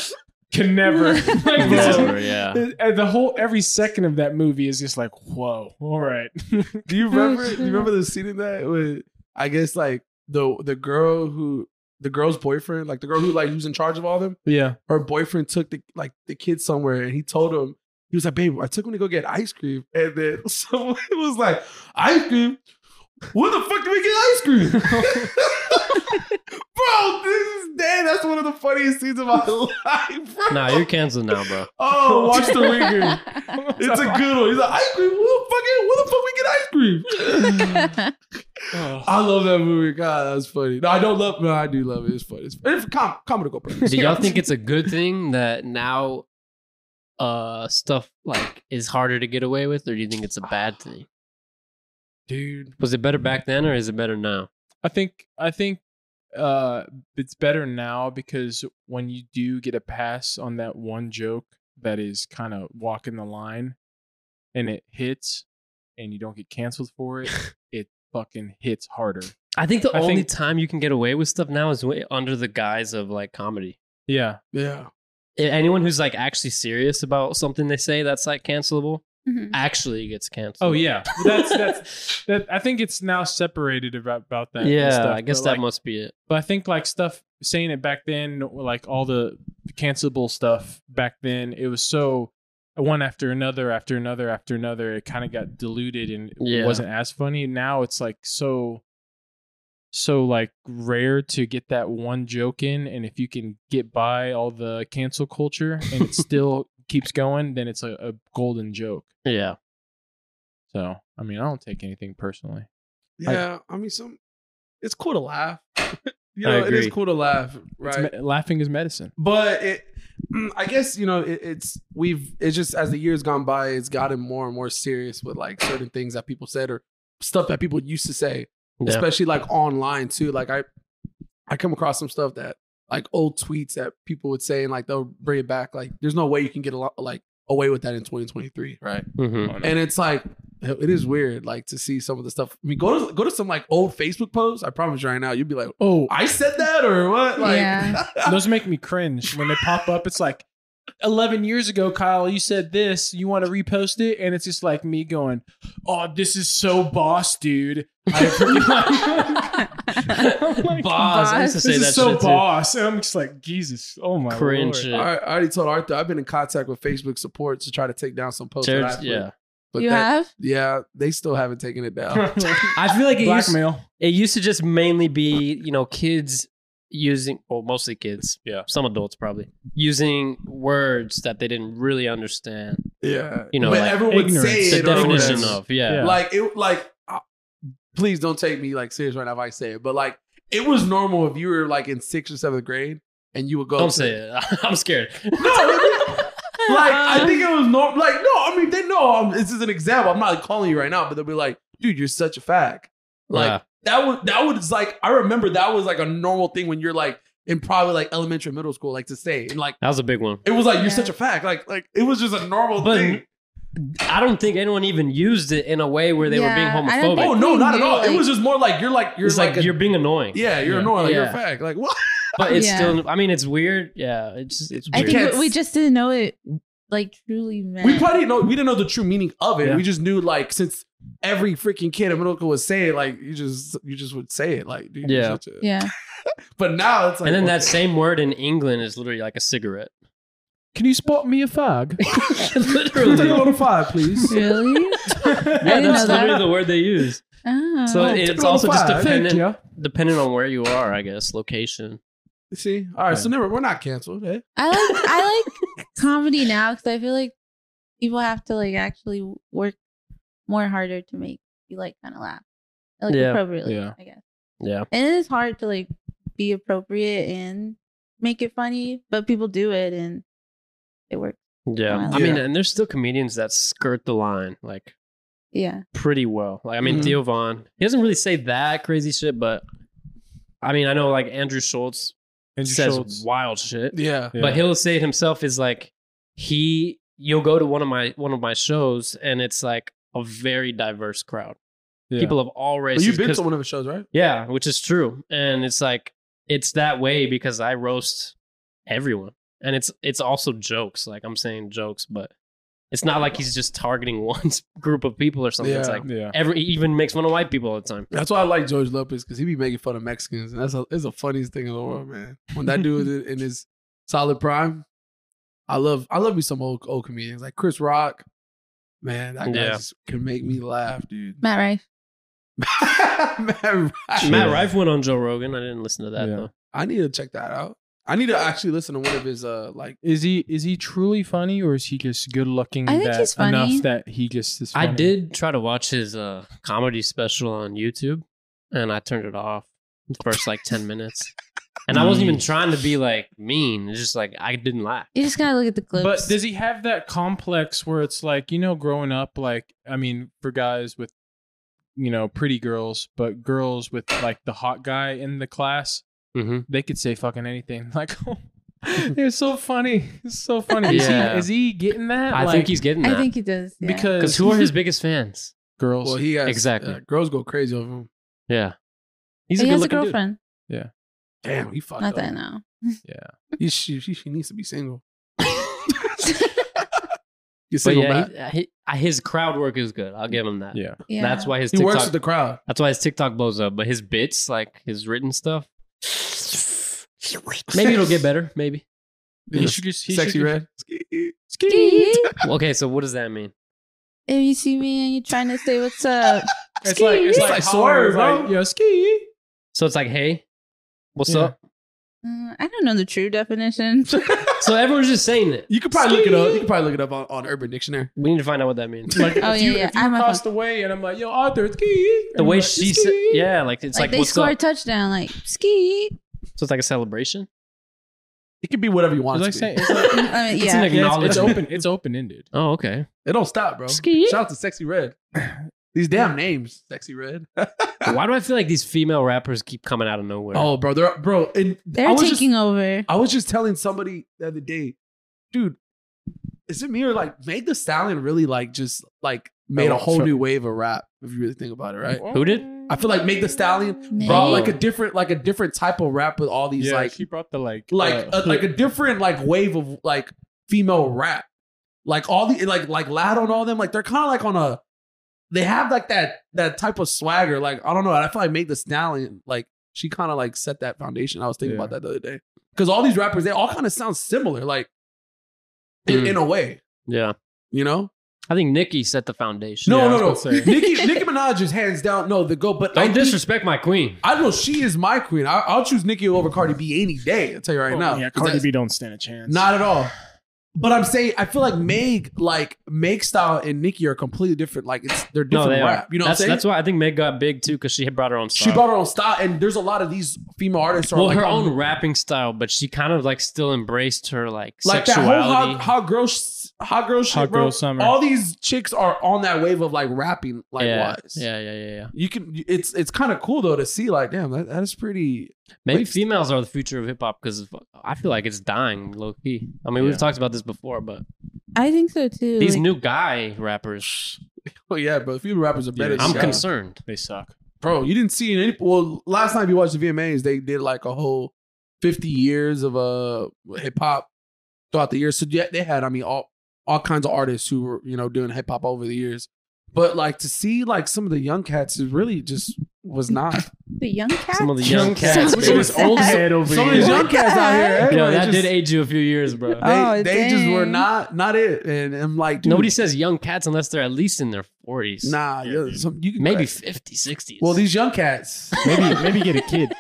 Speaker 5: can never. Like, this is-
Speaker 2: Whatever, yeah.
Speaker 5: and the whole every second of that movie is just like, whoa, all right.
Speaker 1: do you remember do you
Speaker 4: shit.
Speaker 1: remember the scene in that with I guess like the the girl who the girl's boyfriend like the girl who like who's in charge of all them
Speaker 5: yeah,
Speaker 1: her boyfriend took the like the kid somewhere and he told him he was like, babe, I took him to go get ice cream. And then someone was like, ice cream? Where the fuck did we get ice cream? bro, this is dead. That's one of the funniest scenes of my life, bro.
Speaker 2: Nah, you're canceled now, bro.
Speaker 1: oh, watch the ringer. It's a good one. He's like, ice cream? Where the fuck, where the fuck we get ice cream?
Speaker 4: Mm-hmm.
Speaker 1: I love that movie. God, that's funny. No, I don't love No, I do love it. It's funny. It's, it's com- comical, bro.
Speaker 2: Do y'all think it's a good thing that now uh stuff like is harder to get away with, or do you think it's a bad thing?
Speaker 1: Dude.
Speaker 2: Was it better back then or is it better now?
Speaker 5: I think I think uh it's better now because when you do get a pass on that one joke that is kind of walking the line and it hits and you don't get canceled for it, it fucking hits harder.
Speaker 2: I think the
Speaker 5: I
Speaker 2: only
Speaker 5: think-
Speaker 2: time you can get away with stuff now is w- under the guise of like comedy.
Speaker 5: Yeah.
Speaker 1: Yeah.
Speaker 2: A- Anyone who's like actually serious about something they say that's like cancelable
Speaker 4: Mhm.
Speaker 2: actually gets canceled.
Speaker 5: Oh yeah, Well, that's that's. That, I think it's now separated about about that. and
Speaker 2: yeah,
Speaker 5: stuff,
Speaker 2: I guess
Speaker 5: but,
Speaker 2: that
Speaker 5: like,
Speaker 2: must be it.
Speaker 5: But I think like stuff saying it back then, like all the cancelable stuff back then, it was so one after another after another after another. It kind of got diluted and
Speaker 2: Yeah.
Speaker 5: it wasn't as funny. Now it's like so so like rare to get that one joke in and if you can get by all the cancel culture and it still keeps going then it's a, a golden joke
Speaker 2: Yeah,
Speaker 5: so i mean i don't take anything personally
Speaker 1: Yeah, I mean, some. It's cool to laugh. you
Speaker 5: I
Speaker 1: know, it is
Speaker 5: agree.
Speaker 1: cool to laugh, right?
Speaker 5: It's me- laughing is medicine
Speaker 1: but it, mm, I guess you know, it, it's we've it's just as the years gone by, it's gotten more and more serious with like certain things that people said or stuff that people used to say,
Speaker 2: Yeah.
Speaker 1: especially like online too. Like I, I come across some stuff that like old tweets that people would say and like they'll bring it back. Like there's no way you can get a lot like away with that in 2023, right?
Speaker 2: Mhm.
Speaker 1: and it's like it is weird like to see some of the stuff i mean go to go to some like old facebook posts i promise you right now you'd be like
Speaker 5: oh
Speaker 1: i said that or what like
Speaker 4: Yeah.
Speaker 5: Those make me cringe when they pop up. It's like 11 years ago, Kyle, you said this. You want to repost it? And it's just like me going, Oh, this is so boss, dude. I Oh
Speaker 2: boss. I used to
Speaker 5: this
Speaker 2: say that
Speaker 5: is so
Speaker 2: shit too.
Speaker 5: boss. And I'm just like, Jesus. Oh, my
Speaker 2: Cringe.
Speaker 5: Lord.
Speaker 2: shit.
Speaker 1: I, I already told arthur i've been in contact with facebook support to try to take down some posts that I
Speaker 2: Terrence-
Speaker 1: put,
Speaker 2: yeah,
Speaker 1: but
Speaker 4: you
Speaker 1: that-
Speaker 4: have?
Speaker 1: yeah they still haven't taken it down
Speaker 2: I feel like it used,
Speaker 5: Blackmail.
Speaker 2: it used to just mainly be you know kids using well mostly kids
Speaker 5: Yeah.
Speaker 2: some adults probably using words that they didn't really understand
Speaker 1: yeah
Speaker 2: You know,
Speaker 1: but
Speaker 2: like,
Speaker 1: everyone would
Speaker 5: ignorance.
Speaker 1: say
Speaker 2: the
Speaker 1: it or
Speaker 2: definition
Speaker 1: whatever.
Speaker 2: of yeah,
Speaker 5: Yeah.
Speaker 1: like it like uh, please don't take me like serious right now if i say it but like it was normal if you were like in sixth or seventh grade and you would go
Speaker 2: don't
Speaker 1: to-
Speaker 2: say it I'm scared
Speaker 1: No, I mean, like I think it was normal. Like no, I mean they know I'm, this is an example. I'm not calling you right now, but they'll be like, dude, you're such a fag. Like
Speaker 2: Yeah.
Speaker 1: that was that was like I remember that was like a normal thing when you're like in probably like elementary, middle school, like to say and like
Speaker 2: that was a big one
Speaker 1: it was like you're
Speaker 4: Yeah.
Speaker 1: such a fag. Like like it was just a normal
Speaker 2: But-
Speaker 1: thing.
Speaker 2: I don't think anyone even used it in a way where they
Speaker 4: Yeah,
Speaker 2: were
Speaker 4: I
Speaker 2: being
Speaker 4: don't
Speaker 2: homophobic
Speaker 4: think-
Speaker 1: oh no,
Speaker 4: they
Speaker 1: not at
Speaker 4: knew,
Speaker 1: all. it
Speaker 4: like-
Speaker 1: was just more like you're like you're
Speaker 2: it's
Speaker 1: like,
Speaker 2: like,
Speaker 1: a-
Speaker 2: you're being annoying
Speaker 1: yeah, you're
Speaker 5: Yeah.
Speaker 1: annoying. Like,
Speaker 2: Yeah.
Speaker 1: You're a fag. Like what?
Speaker 2: but it's
Speaker 4: Yeah.
Speaker 2: still I mean it's weird yeah it's just it's
Speaker 4: I
Speaker 2: weird
Speaker 1: can't
Speaker 4: think we
Speaker 1: s-
Speaker 4: just didn't know it like truly meant.
Speaker 1: We probably didn't know we didn't know the true meaning of it.
Speaker 5: Yeah.
Speaker 1: We just knew like since every freaking kid in middle school would say it, like you just you just would say it like dude, you're
Speaker 2: Yeah.
Speaker 1: such a-
Speaker 4: yeah.
Speaker 1: But now it's like
Speaker 2: and then that
Speaker 1: okay.
Speaker 2: same word in England is literally like a cigarette
Speaker 5: Can you spot me a fog?
Speaker 2: literally
Speaker 5: a fog, please.
Speaker 4: Really?
Speaker 2: Yeah, that's
Speaker 4: didn't know that.
Speaker 2: literally the word they use.
Speaker 4: Oh.
Speaker 2: So it's also just
Speaker 5: Fog. Thank
Speaker 2: dependent,
Speaker 5: you.
Speaker 2: dependent on where you are, I guess, location.
Speaker 1: see. All right, so never we're not canceled. Eh?
Speaker 4: I like I like comedy now because I feel like people have to like actually work more harder to make you like kind of laugh, like
Speaker 2: Yeah.
Speaker 4: appropriately.
Speaker 5: Yeah.
Speaker 4: I guess.
Speaker 2: Yeah.
Speaker 4: And it is hard to like be appropriate and make it funny, but people do it and it works.
Speaker 2: Yeah.
Speaker 4: Wow.
Speaker 2: I mean,
Speaker 1: Yeah.
Speaker 2: and there's still comedians that skirt the line like
Speaker 4: Yeah,
Speaker 2: pretty well. Like, I mean,
Speaker 1: Mhm.
Speaker 2: Theo Vaughn, he doesn't really say that crazy shit, but I mean, I know like Andrew Schultz says wild shit,
Speaker 1: Yeah.
Speaker 5: Yeah.
Speaker 2: but he'll say it himself is like, he, you'll go to one of my, one of my shows and it's like a very diverse crowd.
Speaker 5: Yeah.
Speaker 2: People of all
Speaker 1: Well, Oh,
Speaker 2: races.
Speaker 1: you've been
Speaker 2: 'cause-
Speaker 1: to one of his shows, right?
Speaker 2: Yeah, which is true. And it's like it's that way because I roast everyone. And it's it's also jokes. Like I'm saying jokes, but it's not like he's just targeting one group of people or something. It's
Speaker 1: Yeah.
Speaker 2: like
Speaker 5: Yeah.
Speaker 2: every he even makes fun of white people all the time.
Speaker 1: That's why I like George Lopez because he be making fun of Mexicans, and that's a, it's the funniest thing in the world, man. When that dude is in his solid prime, I love I love me some old old comedians like Chris Rock. Man, that guy
Speaker 2: Yeah.
Speaker 1: just can make me laugh, dude.
Speaker 4: Matt Rife.
Speaker 1: Man, right.
Speaker 2: Ah, Matt Rife went on Joe Rogan. I didn't listen to that
Speaker 5: Yeah.
Speaker 2: though.
Speaker 1: I need to check that out. I need to actually listen to one of his uh like
Speaker 5: Is he is he truly funny or is he just good looking
Speaker 4: I think
Speaker 5: that
Speaker 4: he's funny.
Speaker 5: enough that he just is funny?
Speaker 2: I did try to watch his uh comedy special on YouTube and I turned it off the first like ten minutes. And I wasn't even trying to be like mean. It's just like I didn't laugh.
Speaker 4: You just gotta look at the clips.
Speaker 5: But does he have that complex where it's like, you know, growing up, like, I mean, for guys with, you know, pretty girls, but girls with like the hot guy in the class,
Speaker 2: Mm-hmm.
Speaker 5: they could say fucking anything. Like, oh, it's so funny. It's so funny. Is,
Speaker 2: Yeah.
Speaker 5: he, is he getting that?
Speaker 2: I
Speaker 5: Like,
Speaker 2: think he's getting that.
Speaker 4: I think he does yeah.
Speaker 5: because
Speaker 2: Because who are his biggest fans?
Speaker 5: girls?
Speaker 1: well he has
Speaker 2: Exactly.
Speaker 1: uh, girls go crazy over him.
Speaker 2: Yeah.
Speaker 4: he has a girlfriend.
Speaker 1: Damn, he fucked
Speaker 4: Not
Speaker 1: up.
Speaker 4: that I know.
Speaker 1: He, she, she she needs to be single. Get
Speaker 2: But
Speaker 1: single
Speaker 2: yeah,
Speaker 1: back.
Speaker 2: he, he- uh, his crowd work is good. I'll give him that.
Speaker 5: Yeah.
Speaker 4: Yeah.
Speaker 2: That's why his
Speaker 1: He, works
Speaker 2: TikTok.
Speaker 1: with the crowd.
Speaker 2: that's why his TikTok blows up. But his bits, like his written stuff, maybe it'll get better. Maybe.
Speaker 5: He should just he
Speaker 1: Sexy
Speaker 5: should
Speaker 1: red.
Speaker 4: Skeet.
Speaker 2: Okay, so what does that mean?
Speaker 4: If you see me and you're trying to say what's up,
Speaker 5: Just, it's like it's
Speaker 1: It's
Speaker 5: like,
Speaker 1: like
Speaker 5: hollering,
Speaker 1: swerve,
Speaker 5: like,
Speaker 1: bro.
Speaker 5: Yo, ski.
Speaker 2: So it's like, hey, what's
Speaker 5: Yeah.
Speaker 2: up?
Speaker 4: uh, I don't know the true definition.
Speaker 2: So everyone's just saying it.
Speaker 1: You could probably look it up. You could probably look it up on, on Urban Dictionary.
Speaker 2: We need to find out what that means.
Speaker 5: Like
Speaker 4: Oh,
Speaker 5: if
Speaker 4: yeah,
Speaker 5: you,
Speaker 4: yeah.
Speaker 5: if you
Speaker 4: I'm a
Speaker 5: cross the way and I'm like, yo, Arthur, ski.
Speaker 2: The way she said, yeah, like it's
Speaker 4: like,
Speaker 2: like,
Speaker 4: they
Speaker 2: what's
Speaker 4: score a
Speaker 2: up?
Speaker 4: touchdown, like Skeet.
Speaker 2: So it's like a celebration.
Speaker 1: It could be whatever you want.
Speaker 5: It's
Speaker 1: It,
Speaker 5: like
Speaker 1: to
Speaker 5: saying
Speaker 1: be.
Speaker 5: it's, like,
Speaker 4: I mean,
Speaker 2: It's an
Speaker 4: Uh, yeah.
Speaker 5: yeah, it's, it's
Speaker 2: Acknowledgement.
Speaker 5: open it's open ended.
Speaker 2: Oh, okay.
Speaker 1: it don't stop, bro.
Speaker 4: Ski.
Speaker 1: Shout out to Sexy Red. These damn names, Sexy Red.
Speaker 2: Why do I feel like these female rappers keep coming out of nowhere?
Speaker 1: oh, bro, they're bro. And I
Speaker 4: They're
Speaker 1: was
Speaker 4: taking
Speaker 1: just-
Speaker 4: over.
Speaker 1: I was just telling somebody the other day, dude, is it me or like Meg the Stallion really like just like made a
Speaker 5: Oh,
Speaker 1: whole
Speaker 5: sure.
Speaker 1: new wave of rap if you really think about it, right?
Speaker 2: Who did?
Speaker 1: I feel like Meg the Stallion
Speaker 4: Meg.
Speaker 1: brought like a different like a different type of rap with all these
Speaker 5: yeah,
Speaker 1: like
Speaker 5: she brought the like
Speaker 1: like
Speaker 5: uh,
Speaker 1: a, like a different like wave of like female rap. Like all the like like Lado and all them like they're kind of like on a they have like that that type of swagger. Like I don't know. I feel like Meg the Stallion like she kind of like set that foundation. I was thinking
Speaker 5: Yeah.
Speaker 1: about that the other day because all these rappers they all kind of sound similar like in,
Speaker 2: Mm.
Speaker 1: in a way.
Speaker 2: Yeah.
Speaker 1: You know?
Speaker 2: I think Nicki set the foundation.
Speaker 1: No,
Speaker 5: Yeah, I
Speaker 1: no,
Speaker 5: was
Speaker 1: no.
Speaker 5: gonna say.
Speaker 1: Nicki, Nicki Minaj is hands down. No, the go. But I
Speaker 2: Don't
Speaker 1: think-
Speaker 2: disrespect my queen.
Speaker 1: I know she is my queen. I, I'll choose Nicki over Cardi B any day. I'll tell you right
Speaker 5: oh,
Speaker 1: now.
Speaker 5: Yeah,
Speaker 1: 'Cause
Speaker 5: Cardi
Speaker 1: that's-
Speaker 5: B don't stand a chance.
Speaker 1: Not at all. But I'm saying I feel like Meg, like Meg style and Nikki are completely different. Like it's they're
Speaker 2: No,
Speaker 1: different
Speaker 2: they
Speaker 1: rap.
Speaker 2: are.
Speaker 1: You know
Speaker 2: that's,
Speaker 1: what I'm saying?
Speaker 2: that's why I think Meg got big too because she had brought her own
Speaker 1: she
Speaker 2: style.
Speaker 1: brought her own style, and there's a lot of these female artists are
Speaker 2: well,
Speaker 1: like um,
Speaker 2: her
Speaker 1: on-
Speaker 2: own rapping style, but she kind of like still embraced her like,
Speaker 1: like that whole
Speaker 2: sexuality.
Speaker 1: hot, hot girl, sh- hot girl shit,
Speaker 5: Hot
Speaker 1: bro.
Speaker 5: girl summer.
Speaker 1: All these chicks are on that wave of like rapping, like
Speaker 2: yeah,
Speaker 1: wise.
Speaker 2: yeah, yeah, yeah, yeah.
Speaker 1: You can. It's it's kind of cool though to see like, damn, that, that is pretty.
Speaker 2: Maybe
Speaker 1: Like-
Speaker 2: females are the future of hip hop because I feel like it's dying low key. I mean,
Speaker 5: Yeah.
Speaker 2: we've talked about this before, but
Speaker 4: I think so too.
Speaker 2: these
Speaker 4: like,
Speaker 2: new guy rappers,
Speaker 1: Oh yeah, bro. Female rappers are better.
Speaker 5: Yeah,
Speaker 1: than
Speaker 2: I'm
Speaker 1: guys.
Speaker 2: concerned.
Speaker 5: They suck.
Speaker 1: bro. You didn't see any. Well, last time you watched the VMAs, they did like a whole fifty years of uh hip hop throughout the years. So yeah, they had I mean all all kinds of artists who were you know doing hip hop over the years. But like to see like some of the young cats is really just was not
Speaker 4: the young cats.
Speaker 2: Some of the young cats,
Speaker 4: Sounds
Speaker 2: baby.
Speaker 4: so
Speaker 1: This old
Speaker 4: sad.
Speaker 5: Head over
Speaker 1: some of
Speaker 5: here.
Speaker 1: these young cats out here.
Speaker 4: Yo,
Speaker 2: Yo,
Speaker 1: everybody
Speaker 2: that
Speaker 1: just-
Speaker 2: did age you a few years, bro.
Speaker 1: They,
Speaker 4: Oh,
Speaker 1: they just were
Speaker 4: dang.
Speaker 1: not not it, and I'm like dude,
Speaker 2: Nobody says young cats unless they're at least in their 40s.
Speaker 1: Nah,
Speaker 5: Yeah,
Speaker 1: yo,
Speaker 5: dude.
Speaker 1: some, you can
Speaker 2: Maybe
Speaker 1: crack.
Speaker 2: 50, 60s.
Speaker 1: Well, these young cats,
Speaker 5: maybe maybe get a kid.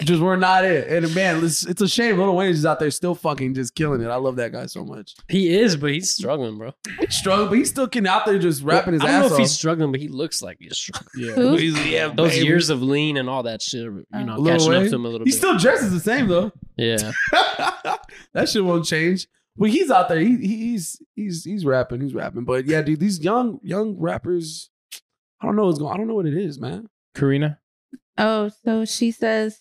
Speaker 1: just were not it. And man, it's, it's a shame. Little Wayne is out there still fucking just killing it. I love that guy so much.
Speaker 2: he is, but he's struggling, bro.
Speaker 1: He's struggling, but he's still getting out there just rapping his
Speaker 2: I don't
Speaker 1: ass
Speaker 2: know if he's
Speaker 1: off.
Speaker 2: struggling, but he looks like he's struggling.
Speaker 5: Yeah.
Speaker 4: Who?
Speaker 1: He's- yeah,
Speaker 2: Those
Speaker 1: baby.
Speaker 2: years of lean and all that shit, you know,
Speaker 1: Lil
Speaker 2: catching up
Speaker 1: Wayne?
Speaker 2: to him a little
Speaker 1: He
Speaker 2: bit.
Speaker 1: still dresses the same though.
Speaker 2: yeah.
Speaker 1: that shit won't change. But he's out there. He, he's he's he's rapping. He's rapping. But yeah, dude, these young young rappers. I don't know what's going. I don't know what it is, man.
Speaker 5: Karina.
Speaker 4: Oh, so she says,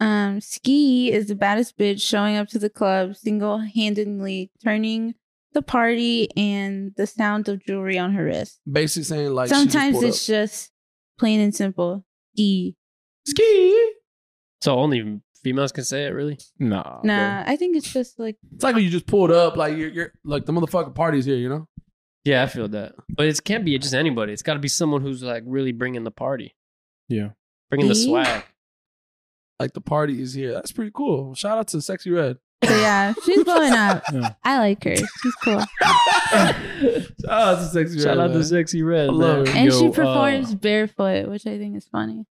Speaker 4: um, Ski is the baddest bitch showing up to the club single handedly, turning the party and the sound of jewelry on her wrist.
Speaker 1: Basically saying like she just
Speaker 4: Sometimes
Speaker 1: pulled
Speaker 4: it's just plain and simple. Ski.
Speaker 1: up. ski.
Speaker 2: So only females can say it, really?
Speaker 5: Nah.
Speaker 4: Nah, I think it's just like,
Speaker 1: It's like when you just pulled up. Like you're, you're like the motherfucking party's here. You know.
Speaker 2: Yeah, I feel that. But it can't be just anybody. It's got to be someone who's like really bringing the party.
Speaker 5: Yeah.
Speaker 2: Bringing the
Speaker 4: See?
Speaker 2: swag.
Speaker 1: Like the party is here. That's pretty cool. Shout out to Sexy Red.
Speaker 4: so yeah, she's blowing up.
Speaker 5: Yeah.
Speaker 4: I like her. She's cool.
Speaker 1: Shout out to Sexy Red.
Speaker 2: Shout out
Speaker 1: man.
Speaker 2: to Sexy Red.
Speaker 1: I love
Speaker 2: man.
Speaker 1: it.
Speaker 4: And
Speaker 2: Yo,
Speaker 4: she
Speaker 2: uh,
Speaker 4: performs barefoot, which I think is funny.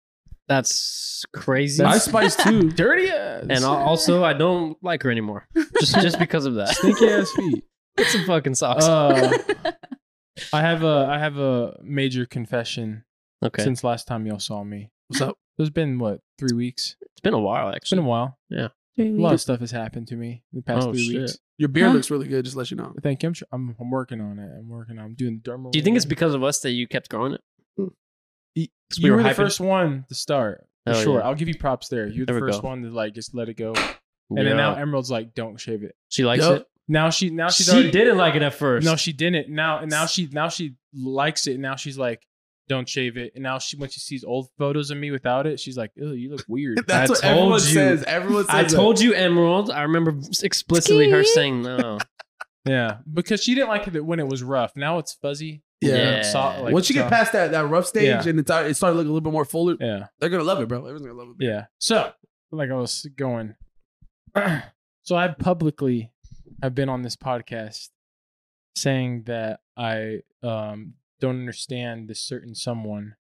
Speaker 2: that's crazy.
Speaker 1: I spice too.
Speaker 5: Dirty ass.
Speaker 2: and al- also, I don't like her anymore. Just just because of that.
Speaker 5: stinky ass feet.
Speaker 2: Put some fucking socks.
Speaker 5: Uh, I have a I have a major confession
Speaker 2: okay.
Speaker 5: since last time y'all saw me.
Speaker 1: What's up?
Speaker 5: It's been what three weeks?
Speaker 2: it's been a while,
Speaker 5: It's been a
Speaker 2: actually.
Speaker 5: while.
Speaker 4: Three
Speaker 5: A lot of
Speaker 4: weeks.
Speaker 5: stuff has happened to me in the past
Speaker 2: Oh,
Speaker 5: three
Speaker 2: shit.
Speaker 5: weeks.
Speaker 1: Your beard
Speaker 4: Huh?
Speaker 1: looks really good. Just to let you know.
Speaker 5: But thank you. I'm, tr- I'm I'm working on it. I'm working. on I'm doing the dermal.
Speaker 2: Do you think it's
Speaker 5: roll.
Speaker 2: because of us that you kept growing it?
Speaker 5: Y-
Speaker 2: Because
Speaker 5: you
Speaker 2: we
Speaker 5: were,
Speaker 2: were
Speaker 5: the
Speaker 2: hyping-
Speaker 5: first one to start? For
Speaker 2: Hell
Speaker 5: sure.
Speaker 2: yeah.
Speaker 5: I'll give you props there. You're the
Speaker 2: There we
Speaker 5: first
Speaker 2: go.
Speaker 5: one to like just let it go. And then now Emerald's like, don't shave it.
Speaker 2: she likes
Speaker 1: Yup.
Speaker 2: it.
Speaker 5: Now she now she's
Speaker 2: she
Speaker 5: already
Speaker 2: didn't like it at first.
Speaker 5: No, she didn't. Now and now she now she likes it. And now she's like, don't shave it. And now she when she sees old photos of me without it, she's like, ew, you look weird.
Speaker 1: That's
Speaker 2: I
Speaker 1: what
Speaker 2: told
Speaker 1: everyone
Speaker 2: you.
Speaker 1: says. Everyone says
Speaker 2: I
Speaker 1: that.
Speaker 2: told you, Emerald. I remember explicitly her
Speaker 4: Ski.
Speaker 2: saying no.
Speaker 5: Yeah, because she didn't like it when it was rough. Now it's fuzzy.
Speaker 1: Yeah.
Speaker 2: Yeah.
Speaker 5: soft, like,
Speaker 1: Once you get
Speaker 5: soft.
Speaker 1: past that that rough stage
Speaker 5: Yeah.
Speaker 1: and it's, it started looking a little bit more fuller,
Speaker 5: yeah,
Speaker 1: they're gonna love it, bro. Everyone's gonna love it.
Speaker 5: Yeah. So, like I was going, so I publicly have been on this podcast saying that I um, don't understand this certain someone,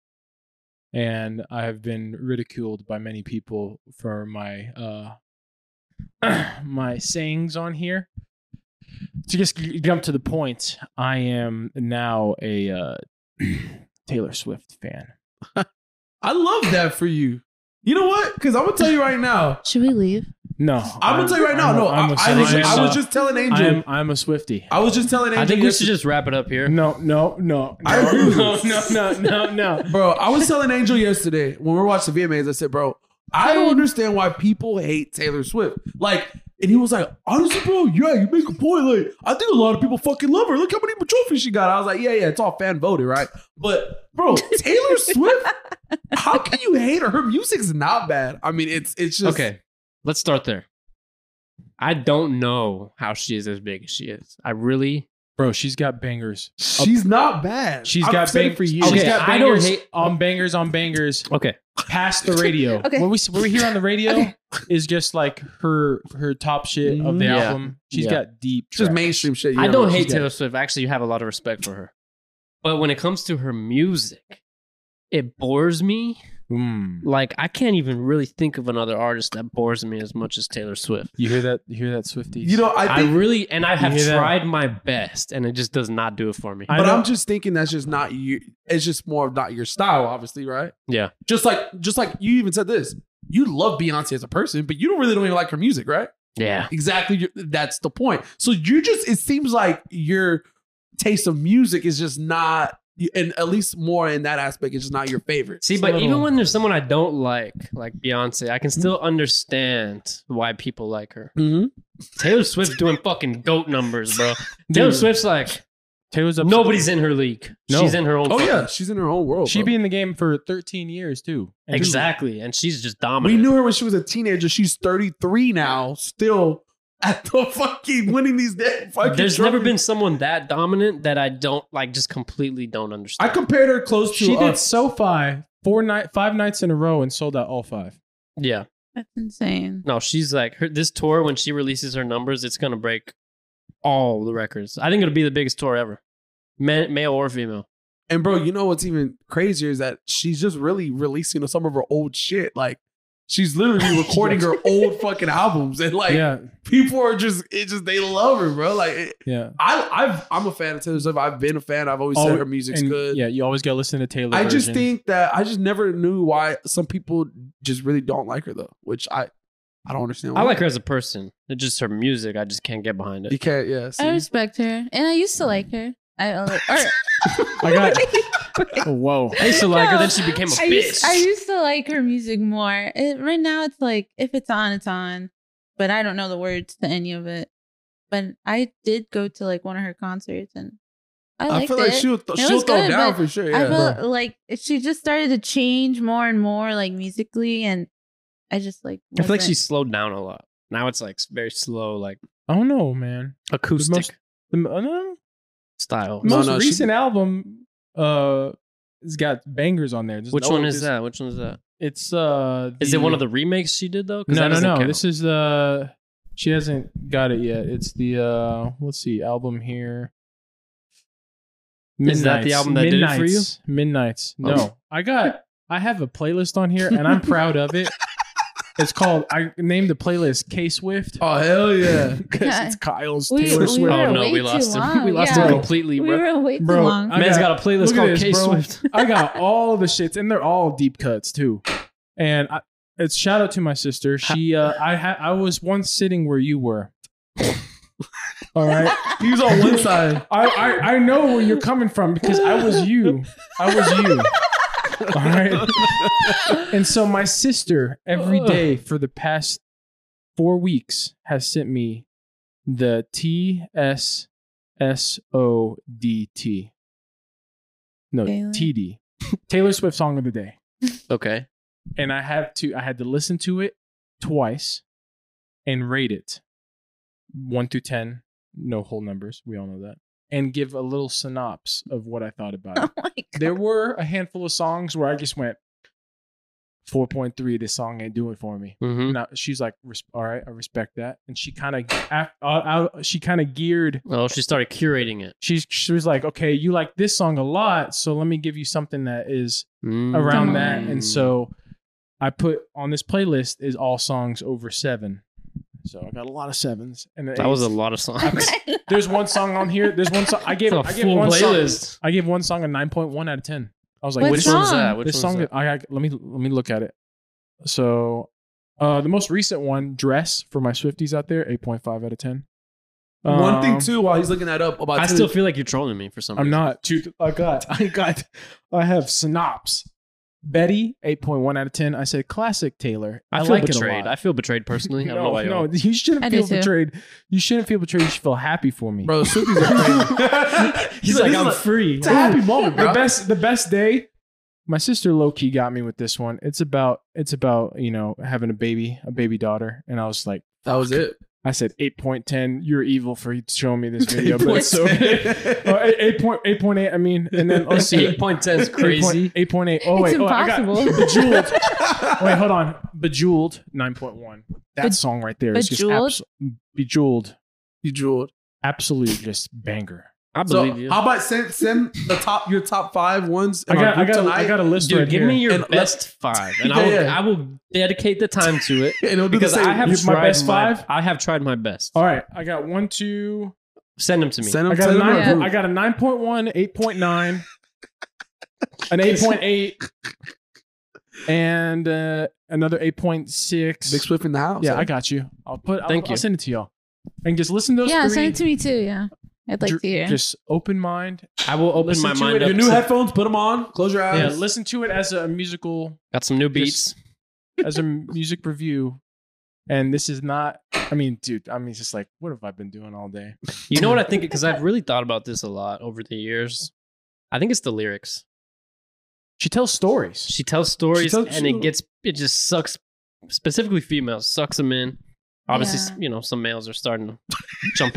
Speaker 5: and I have been ridiculed by many people for my uh, my sayings on here. To just g- jump to the point, I am now a uh, Taylor Swift fan.
Speaker 1: I love that for you. You know what? Because I'm gonna tell you right now.
Speaker 4: Should we leave?
Speaker 5: No,
Speaker 1: I'm, gonna tell you right now.
Speaker 5: I'm a-
Speaker 1: no,
Speaker 5: I'm
Speaker 1: I'm
Speaker 5: a uh,
Speaker 1: a, i am was,
Speaker 5: Swiftie.
Speaker 1: I was just telling Angel.
Speaker 5: I'm I'm a Swifty.
Speaker 1: I was just telling Angel.
Speaker 2: I think we
Speaker 1: yesterday-
Speaker 2: should just wrap it up here.
Speaker 5: No, no, no.
Speaker 1: I
Speaker 5: no,
Speaker 1: agree with
Speaker 5: no,
Speaker 1: you.
Speaker 5: no, no, no, no.
Speaker 1: Bro, I was telling Angel yesterday when we were watching the VMAs. I said, bro, I don't understand why people hate Taylor Swift. Like, and he was like, honestly, bro, yeah, you make a point. Like, I think a lot of people fucking love her. Look how many trophies she got. I was like, yeah, yeah, it's all fan voted, right? But, bro, Taylor Swift, how can you hate her? Her music's not bad. I mean, it's it's just
Speaker 2: Okay, let's start there. I don't know how she is as big as she is. I really.
Speaker 5: Bro, she's got bangers.
Speaker 1: She's not bad.
Speaker 5: She's
Speaker 1: I've
Speaker 5: got
Speaker 1: said it
Speaker 5: bang-
Speaker 1: for years.
Speaker 5: She's
Speaker 2: Okay,
Speaker 5: got
Speaker 2: I don't
Speaker 5: bangers
Speaker 2: hate-
Speaker 5: on bangers on bangers
Speaker 2: Okay.
Speaker 5: past the radio.
Speaker 4: Okay.
Speaker 5: What we what we hear on the radio
Speaker 4: Okay.
Speaker 5: is just like her her top shit of the
Speaker 2: Mhm. Yeah.
Speaker 5: album. Mm, She's
Speaker 2: Yeah.
Speaker 5: got deep.
Speaker 1: It's just
Speaker 5: tracks.
Speaker 1: mainstream shit. you
Speaker 2: I
Speaker 1: know,
Speaker 2: don't
Speaker 1: she's
Speaker 2: hate
Speaker 1: got-
Speaker 2: Taylor Swift. I Actually, have a lot of respect for her. But when it comes to her music, it bores me.
Speaker 5: Mm.
Speaker 2: Like I can't even really think of another artist that bores me as much as Taylor Swift.
Speaker 5: You hear that? You hear that, Swifty?
Speaker 1: You know, I
Speaker 2: I,
Speaker 1: think
Speaker 2: really and I have
Speaker 5: hear that?
Speaker 2: tried my best, and it just does not do it for me.
Speaker 5: I
Speaker 1: but
Speaker 5: know-
Speaker 1: I'm just thinking that's just not you. It's just more of not your style, obviously, right?
Speaker 2: Yeah.
Speaker 1: Just like, just like you even said this. You love Beyonce as a person, but you don't really don't even like her music, right?
Speaker 2: yeah,
Speaker 1: Exactly. you- That's the point. So you just it seems like your taste of music is just not, and at least more in that aspect, it's just not your favorite.
Speaker 2: See,
Speaker 5: It's a
Speaker 2: but even
Speaker 5: little-
Speaker 2: when there's someone I don't like, like Beyonce, I can still understand why people like her.
Speaker 1: Mm-hmm.
Speaker 2: Taylor Swift doing fucking goat numbers, bro. Taylor Swift's like
Speaker 5: Taylor's up.
Speaker 2: nobody's in her league.
Speaker 5: No.
Speaker 2: She's in her own.
Speaker 1: Oh
Speaker 2: fucking-
Speaker 1: yeah, she's in her own world.
Speaker 5: She
Speaker 1: bro.
Speaker 5: be in the game for 13 years too. And
Speaker 2: exactly, and she's just
Speaker 1: We
Speaker 2: dominant.
Speaker 1: knew her when she was a teenager. She's 33 now, still at the fucking winning these damn fucking.
Speaker 2: There's never
Speaker 1: trophies.
Speaker 2: been someone that dominant that I don't like, just completely don't
Speaker 1: I
Speaker 2: understand.
Speaker 1: compared her close to.
Speaker 5: She
Speaker 1: uh,
Speaker 5: did SoFi four night five nights in a row and sold out all five.
Speaker 2: yeah,
Speaker 4: That's insane.
Speaker 2: no, she's like her, this tour when she releases her numbers, it's gonna break all the records. I think it'll be the biggest tour ever, Man, male or female.
Speaker 1: And bro, you know what's even crazier is that she's just really releasing some of her old shit. Like she's literally recording her old fucking albums, and like
Speaker 5: yeah,
Speaker 1: people are just it just they love her, bro. Like it,
Speaker 5: yeah.
Speaker 1: I I've, I'm a fan of Taylor Swift. I've been a fan. I've always
Speaker 5: Oh,
Speaker 1: said her music's
Speaker 5: And,
Speaker 1: good.
Speaker 5: Yeah, you always gotta listen to Taylor.
Speaker 1: I just
Speaker 5: version.
Speaker 1: think that I just never knew why some people just really don't like her though, which I I don't understand. Why.
Speaker 2: I like her as a person. It's just her music. I just can't get behind
Speaker 1: You
Speaker 2: it.
Speaker 1: can't. Yeah.
Speaker 4: I
Speaker 1: See?
Speaker 4: respect her, and I used to like her. I or,
Speaker 5: I got. Oh, whoa.
Speaker 2: I used to like her,
Speaker 4: No.
Speaker 2: then she became a
Speaker 4: I
Speaker 2: bitch.
Speaker 4: used, I used to like her music more. It, right now, it's like if it's on, it's on. But I don't know the words to any of it. But I did go to like one of her concerts, and I
Speaker 1: I,
Speaker 4: liked
Speaker 1: feel like
Speaker 4: it.
Speaker 1: she'll th-
Speaker 4: It
Speaker 1: she'll
Speaker 4: was
Speaker 1: throw
Speaker 4: good,
Speaker 1: down
Speaker 4: but
Speaker 1: for sure. Yeah.
Speaker 4: I felt like she just started to change more and more, like musically, and I just like.
Speaker 2: I feel like
Speaker 4: wasn't-
Speaker 2: she slowed down a lot. Now it's like very slow, like
Speaker 5: I don't know, man.
Speaker 2: acoustic
Speaker 5: The, m- uh, no,
Speaker 2: style.
Speaker 1: No,
Speaker 5: most
Speaker 1: no, she-
Speaker 5: recent album uh has got bangers on there. There's
Speaker 2: Which
Speaker 5: no
Speaker 2: one
Speaker 5: this-
Speaker 2: is that? Which one is that?
Speaker 5: It's uh
Speaker 2: Is it one of the remakes she did though? 'Cause
Speaker 5: No,
Speaker 2: that
Speaker 5: no,
Speaker 2: doesn't
Speaker 5: no.
Speaker 2: count.
Speaker 5: This is uh she hasn't got it yet. It's the uh let's see, album here.
Speaker 2: Is that the album that did it for you? Oh.
Speaker 5: Midnights. Midnights. No. I got I have a playlist on here and I'm proud of it. It's called I named the playlist K Swift.
Speaker 1: oh hell yeah.
Speaker 5: Because it's Kyle's
Speaker 4: We-
Speaker 5: Taylor
Speaker 4: we
Speaker 5: Swift.
Speaker 4: were
Speaker 2: oh no,
Speaker 4: way
Speaker 2: we
Speaker 4: too
Speaker 2: lost him.
Speaker 4: long.
Speaker 2: We lost
Speaker 4: Yeah.
Speaker 2: him
Speaker 5: Bro.
Speaker 2: completely,
Speaker 4: We
Speaker 2: bro.
Speaker 4: were way too
Speaker 5: Bro,
Speaker 4: long.
Speaker 5: I
Speaker 2: Man's
Speaker 5: got-
Speaker 2: got a playlist
Speaker 5: Look at
Speaker 2: called
Speaker 5: this,
Speaker 2: K
Speaker 5: bro.
Speaker 2: Swift.
Speaker 5: I got all the shits, and they're all deep cuts too. And I, it's shout out to my sister. She, uh, I, ha- I was once sitting where you were. All right,
Speaker 1: He was on one side.
Speaker 5: I, I, I know where you're coming from because I was you. I was you. All right. And so my sister every day for the past four weeks has sent me the T S S O D T. No,
Speaker 4: Taylor?
Speaker 5: T D. Taylor Swift song of the day.
Speaker 2: Okay.
Speaker 5: And I have to I had to listen to it twice and rate it. One through ten, no whole numbers. We all know that. And give a little synopsis of what I thought about it.
Speaker 4: Oh my God.
Speaker 5: there were a handful of songs where I just went, 4.3, this song ain't doing for me.
Speaker 2: Mm-hmm.
Speaker 5: Now she's like, "Res- all right, I respect that. And she kind of, af- uh, uh, she kind of geared.
Speaker 2: Oh, she started curating it.
Speaker 5: She's, she was like, okay, you like this song a lot, so let me give you something that is
Speaker 2: Mm.
Speaker 5: around
Speaker 4: Mm.
Speaker 5: that. And so I put on this playlist is all songs over seven. So I got a lot of sevens. And
Speaker 2: that was a
Speaker 5: eights.
Speaker 2: lot of songs.
Speaker 5: There's one song on here. There's one song I gave.
Speaker 2: It's a
Speaker 5: I gave
Speaker 2: full
Speaker 5: one Song,
Speaker 2: playlist.
Speaker 5: I gave one song a nine point one out of ten. I was like,
Speaker 4: What
Speaker 5: which
Speaker 2: Which
Speaker 5: song?
Speaker 2: one's that?
Speaker 4: song?
Speaker 2: Which
Speaker 5: This
Speaker 2: one's
Speaker 5: song.
Speaker 2: that?
Speaker 5: I, I let me let me look at it. So, uh, the most recent one, "Dress" for my Swifties out there, eight point five out of ten.
Speaker 1: One
Speaker 5: Um,
Speaker 1: thing too, while he's looking that up about
Speaker 2: I
Speaker 1: Taylor-
Speaker 2: still feel like you're trolling me for some
Speaker 5: I'm
Speaker 2: reason.
Speaker 5: not too. I got. I got. I have Synops. Betty, eight point one out of ten. I said classic Taylor.
Speaker 2: I,
Speaker 5: I,
Speaker 2: feel
Speaker 5: like
Speaker 2: betrayed.
Speaker 5: it
Speaker 2: I
Speaker 5: a lot.
Speaker 2: feel betrayed personally. I don't know
Speaker 5: No,
Speaker 2: why.
Speaker 5: no,
Speaker 2: y'all-
Speaker 5: you shouldn't
Speaker 4: I do
Speaker 5: feel
Speaker 4: too.
Speaker 5: betrayed. You shouldn't feel betrayed. You should feel happy for me,
Speaker 1: bro. the Swifties are crazy.
Speaker 5: He's like,
Speaker 1: this is
Speaker 5: I'm
Speaker 1: a-
Speaker 5: free.
Speaker 1: It's a happy moment,
Speaker 5: the
Speaker 1: bro.
Speaker 5: best the best day my sister low key got me with this one it's about it's about you know having a baby a baby daughter and i was like
Speaker 1: That was it.
Speaker 5: i said 8.10 you're evil for showing me this video but it's so good
Speaker 1: It's
Speaker 5: Uh, eight- eight point- 8.8 i mean and then let's see
Speaker 2: 8.10 is crazy.
Speaker 5: 8.8 oh wait
Speaker 4: It's
Speaker 5: oh, I got-
Speaker 4: impossible.
Speaker 5: bejeweled wait hold on bejeweled 9.1 that
Speaker 4: Be-
Speaker 5: song right there is just
Speaker 4: Bejeweled?
Speaker 5: abs- bejeweled
Speaker 1: you jeweled.
Speaker 5: absolute just banger
Speaker 2: I
Speaker 1: So
Speaker 2: believe you.
Speaker 1: how about send send the top your top five ones?
Speaker 5: I
Speaker 1: in our
Speaker 5: got, I,
Speaker 1: group
Speaker 5: got,
Speaker 1: tonight,
Speaker 5: I got a list
Speaker 2: Dude,
Speaker 5: right
Speaker 2: give
Speaker 5: here.
Speaker 2: me your
Speaker 1: And let-
Speaker 2: best five, and I,
Speaker 1: Yeah,
Speaker 2: will,
Speaker 1: yeah.
Speaker 2: I will dedicate the time to it
Speaker 1: and it'll do the
Speaker 2: because
Speaker 1: same.
Speaker 2: I have
Speaker 5: You- my
Speaker 2: tried
Speaker 5: best five?
Speaker 2: I have tried my best.
Speaker 5: all right i got one two
Speaker 2: Send them to me.
Speaker 1: Send them
Speaker 5: I got
Speaker 1: to
Speaker 5: a
Speaker 1: the
Speaker 5: nine.
Speaker 1: group.
Speaker 5: I got a nine point one, eight point nine, an eight point eight, and uh, another eight point six.
Speaker 1: Big Swift in the house.
Speaker 5: Yeah, I got you. I'll put. I'll,
Speaker 2: Thank
Speaker 5: I'll
Speaker 2: you.
Speaker 5: send it to y'all, and just listen to those
Speaker 4: yeah,
Speaker 5: three.
Speaker 4: send it to me too. Yeah, I'd like
Speaker 5: Dr-
Speaker 4: to hear.
Speaker 5: Just open mind.
Speaker 2: I will open
Speaker 5: Listen
Speaker 2: my
Speaker 5: to
Speaker 2: mind
Speaker 5: it.
Speaker 2: up.
Speaker 1: your new
Speaker 2: to-
Speaker 1: headphones. Put them on. Close your eyes.
Speaker 5: Yeah, listen to it as a musical,
Speaker 2: Got some new beats.
Speaker 5: Just- as a music review. And this is not. I mean, dude. I mean, it's just like, what have I been doing all day?
Speaker 2: You know what I think? Because I've really thought about this a lot over the years. I think it's the lyrics.
Speaker 5: She tells stories.
Speaker 2: She tells stories,
Speaker 1: tells-
Speaker 2: and it gets it just sucks. Specifically, females sucks them in. Obviously,
Speaker 4: Yeah.
Speaker 2: s you know some males are starting to jump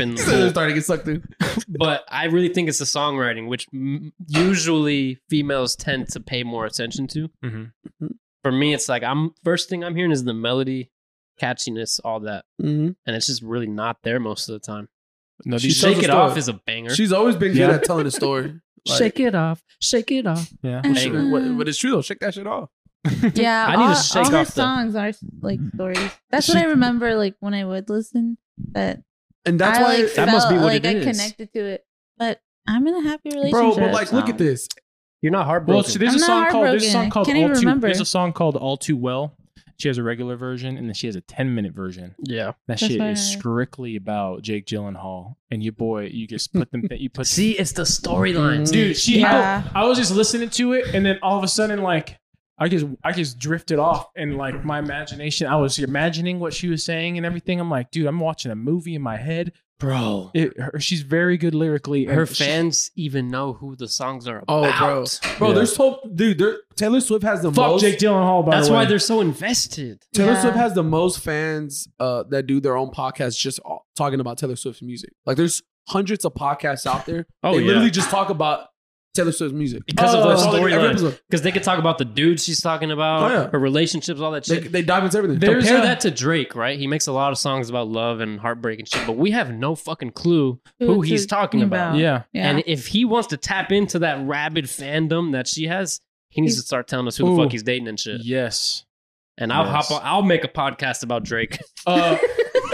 Speaker 2: in, the
Speaker 1: So they're
Speaker 2: pool.
Speaker 1: starting to get sucked in.
Speaker 2: but I really think it's the songwriting, which m- usually females tend to pay more attention to.
Speaker 5: Mhm.
Speaker 2: For me, it's like I'm first thing I'm hearing is the melody, catchiness, all that,
Speaker 5: Mm-hmm.
Speaker 2: and it's just really not there most of the time.
Speaker 5: No,
Speaker 1: She
Speaker 5: these-
Speaker 1: tells
Speaker 2: Shake
Speaker 1: a
Speaker 2: it off
Speaker 1: story.
Speaker 2: is a banger.
Speaker 1: She's always been good
Speaker 5: Yeah.
Speaker 1: at telling a story. Like,
Speaker 2: shake it off, shake it off.
Speaker 5: yeah.
Speaker 4: Uh,
Speaker 2: Shake it.
Speaker 1: But, but it's true though. Shake that shit off.
Speaker 4: yeah,
Speaker 2: I need to
Speaker 4: all,
Speaker 2: shake
Speaker 4: all her
Speaker 2: off the-
Speaker 4: songs are like stories. That's what I remember. Like when I would listen, but
Speaker 1: And that's
Speaker 4: I
Speaker 1: why
Speaker 4: like
Speaker 1: it-
Speaker 4: felt
Speaker 2: must be what
Speaker 4: like
Speaker 2: it
Speaker 4: I
Speaker 2: is.
Speaker 4: connected to it. But I'm in a happy relationship,
Speaker 1: bro. But like, look
Speaker 4: so-
Speaker 1: at this.
Speaker 2: You're not
Speaker 5: Well,
Speaker 2: heartbroken.
Speaker 5: so there's
Speaker 4: I'm
Speaker 5: a
Speaker 4: not
Speaker 5: song called there's a
Speaker 4: heartbroken.
Speaker 5: song
Speaker 4: I
Speaker 5: called
Speaker 4: can't even
Speaker 5: All Too
Speaker 4: remember.
Speaker 5: there's a song called All Too Well. She has a regular version and then she has a 10 minute version.
Speaker 2: yeah.
Speaker 5: That
Speaker 4: That's
Speaker 5: shit
Speaker 4: right.
Speaker 5: is strictly about Jake Gyllenhaal and your boy. You just put them. you put Mm-hmm.
Speaker 2: See, it's the storylines.
Speaker 5: dude. She
Speaker 4: Yeah.
Speaker 5: I, I was just listening to it and then all of a sudden like I just I just drifted off and like my imagination. I was imagining what she was saying and everything. I'm like, dude, I'm watching a movie in my head.
Speaker 2: bro.
Speaker 5: It, her, she's very good lyrically. and
Speaker 2: Her
Speaker 5: she-
Speaker 2: fans even know who the songs are
Speaker 1: Oh,
Speaker 2: about.
Speaker 1: bro. Bro,
Speaker 5: Yeah.
Speaker 1: there's so dude. There, Taylor Swift has the
Speaker 5: fuck
Speaker 1: most.
Speaker 5: Jake Gyllenhaal. By
Speaker 2: That's
Speaker 5: the way.
Speaker 2: why they're so invested.
Speaker 1: Taylor
Speaker 4: Yeah.
Speaker 1: Swift has the most fans uh, that do their own podcasts just all, talking about Taylor Swift's music. Like, there's hundreds of podcasts out there.
Speaker 2: Oh,
Speaker 1: they
Speaker 2: yeah.
Speaker 1: literally just talk about Taylor Swift's music
Speaker 2: Because of
Speaker 1: Oh,
Speaker 2: the
Speaker 1: that's all they- every
Speaker 2: storyline.
Speaker 1: episode.
Speaker 2: Because they could talk about the dudes she's talking about,
Speaker 1: Oh, yeah.
Speaker 2: her relationships, all that
Speaker 1: They,
Speaker 2: shit.
Speaker 1: they dive into everything.
Speaker 5: There's
Speaker 2: Compare
Speaker 5: a-
Speaker 2: that to Drake, right? He makes a lot of songs about love and heartbreak and shit, but we have no fucking clue who
Speaker 4: Who
Speaker 2: he's
Speaker 4: to-
Speaker 2: talking about.
Speaker 4: about.
Speaker 5: yeah.
Speaker 4: Yeah.
Speaker 2: And if he wants to tap into that rabid fandom that she has, he needs to start telling us who the
Speaker 5: Ooh.
Speaker 2: fuck he's dating and shit.
Speaker 5: Yes.
Speaker 2: And I'll
Speaker 5: Yes.
Speaker 2: hop on, I'll make a podcast about Drake.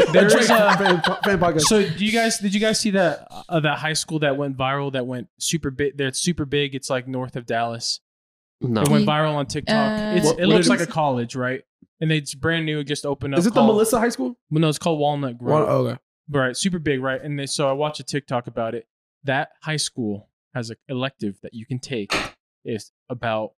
Speaker 5: Uh,
Speaker 1: They're
Speaker 5: there's a
Speaker 1: fan, fan podcast.
Speaker 5: So do you guys did you guys see that uh, that high school that went viral that went super big that's super big it's like north of Dallas
Speaker 2: No.
Speaker 5: it went
Speaker 4: Ye-
Speaker 5: viral on TikTok
Speaker 4: uh,
Speaker 5: it's,
Speaker 1: What-
Speaker 5: it
Speaker 1: what
Speaker 5: looks
Speaker 1: is-
Speaker 5: like a college right and it's brand new it just opened up
Speaker 1: Is it the
Speaker 5: called-
Speaker 1: Melissa High School?
Speaker 5: well, no it's called Walnut Grove
Speaker 1: One, oh, okay.
Speaker 5: right super big right and they, so I watched a TikTok about it that high school has an elective that you can take is about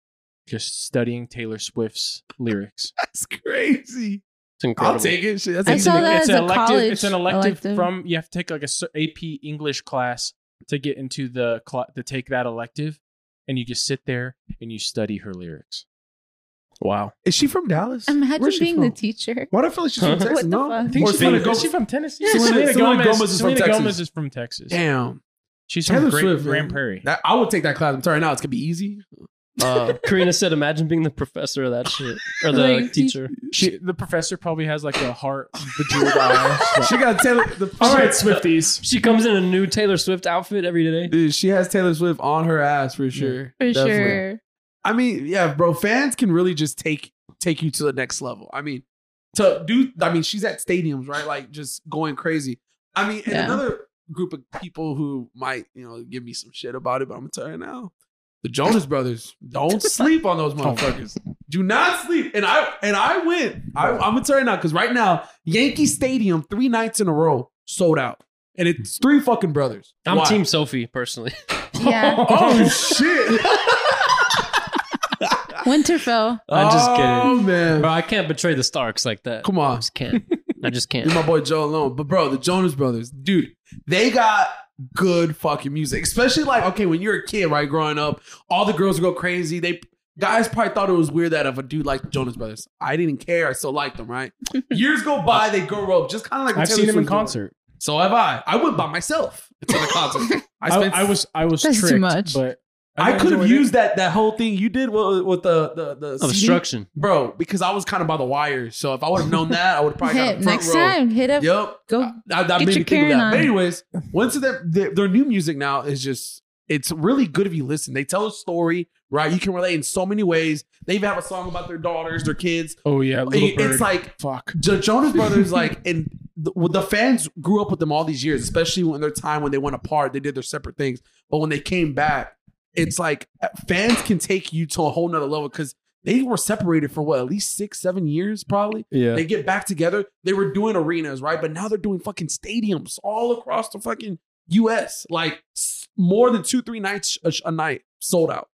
Speaker 5: just studying Taylor Swift's lyrics
Speaker 1: That's crazy.
Speaker 2: It's incredible.
Speaker 1: I'll take it. Shit, that's
Speaker 4: I
Speaker 1: it.
Speaker 4: saw that as a
Speaker 5: elective.
Speaker 4: college
Speaker 5: It's an elective,
Speaker 4: elective.
Speaker 5: from you have to take like a cer- AP English class to get into the cl- to take that elective, and you just sit there and you study her lyrics. Wow.
Speaker 1: Is she from Dallas?
Speaker 4: Imagine
Speaker 1: Where's she
Speaker 4: being the
Speaker 1: from?
Speaker 4: teacher.
Speaker 1: Why do I feel like she's from
Speaker 2: Huh?
Speaker 1: Texas?
Speaker 4: What the
Speaker 1: no,
Speaker 4: fuck? I
Speaker 5: think
Speaker 1: Or
Speaker 5: she's
Speaker 1: Selena
Speaker 5: from-
Speaker 1: Gomez.
Speaker 5: is she from Tennessee?
Speaker 1: Yeah, Selena Gomez is from
Speaker 5: Selena
Speaker 1: Texas.
Speaker 5: Gomez is from Texas.
Speaker 1: Damn,
Speaker 5: She's
Speaker 1: Taylor
Speaker 5: from Great,
Speaker 1: Swift,
Speaker 5: Grand
Speaker 1: man.
Speaker 5: Prairie.
Speaker 1: That- I would take that class. I'm sorry, now it's gonna be easy. Uh,
Speaker 2: Karina said, "Imagine being the professor of that shit or the
Speaker 4: Like,
Speaker 2: teacher."
Speaker 5: She, the professor probably has like a heart bejeweled eyes.
Speaker 1: she got Taylor. The,
Speaker 5: All right, Swifties.
Speaker 2: She comes in a new Taylor Swift outfit every day.
Speaker 1: Dude, she has Taylor Swift on her ass for sure.
Speaker 4: For
Speaker 1: Definitely.
Speaker 4: sure.
Speaker 1: I mean, yeah, bro. Fans can really just take take you to the next level. I mean, to do. I mean, she's at stadiums, right? Like just going crazy. I mean, and
Speaker 4: Yeah.
Speaker 1: another group of people who might you know give me some shit about it, but I'm gonna tell you now. The Jonas Brothers don't sleep on those motherfuckers. Do not sleep. And I and I went. I, I'm gonna tell you now because right now Yankee Stadium three nights in a row sold out, and it's three fucking brothers.
Speaker 2: I'm
Speaker 1: Why?
Speaker 2: Team Sophie personally.
Speaker 4: Yeah.
Speaker 1: Oh shit!
Speaker 4: Winterfell.
Speaker 2: I'm just
Speaker 1: Oh
Speaker 2: kidding.
Speaker 1: man,
Speaker 2: Bro, I can't betray the Starks like that.
Speaker 1: Come
Speaker 2: I
Speaker 1: on.
Speaker 2: just can't. I just
Speaker 1: You're
Speaker 2: can't.
Speaker 1: my boy Joe alone. But bro, the Jonas brothers, dude, they got good fucking music. Especially like, okay, when you're a kid, right, growing up, all the girls would go crazy. They guys probably thought it was weird that if a dude liked the Jonas brothers. I didn't care. I still liked them, right? Years go by, they grow up. Just kind of like
Speaker 5: I've
Speaker 1: Taylor
Speaker 5: seen him in
Speaker 1: Swift doing.
Speaker 5: concert.
Speaker 1: So have I. I went by myself to the concert. I
Speaker 5: I,
Speaker 1: spent
Speaker 5: I was I was
Speaker 4: That's too
Speaker 5: tricked,
Speaker 4: much.
Speaker 5: but
Speaker 1: I could have
Speaker 5: enjoyed it.
Speaker 1: used that that whole thing you did with, with the the the CD,
Speaker 5: Oh,
Speaker 2: Obstruction.
Speaker 1: bro, because I was kind of by the wire. So if I would have known that, I would probably got a
Speaker 4: Hit
Speaker 1: front
Speaker 4: next
Speaker 1: row.
Speaker 4: time. Hit up.
Speaker 1: Yep.
Speaker 4: Go
Speaker 1: I, Uh, I, that
Speaker 4: Oh,
Speaker 1: made
Speaker 4: get your
Speaker 1: me think of
Speaker 4: Karen
Speaker 1: that.
Speaker 4: on.
Speaker 1: But anyways, once their, their their new music now is just it's really good if you listen. They tell a story, right? You can relate in so many ways. They even have a song about their daughters, their kids.
Speaker 5: Oh yeah, little
Speaker 1: It-
Speaker 5: bird.
Speaker 1: it's like
Speaker 5: fuck.
Speaker 1: the Jonas Brothers, like, and the, with the fans grew up with them all these years, especially when their time when they went apart, they did their separate things. But when they came back, it's like uh, fans can take you to a whole nother level because they were separated for what at least six, seven years, probably.
Speaker 5: Yeah.
Speaker 1: They get back together. They were doing arenas, right? But now they're doing fucking stadiums all across the fucking U.S. Like s- more than two, three nights a, a night sold out,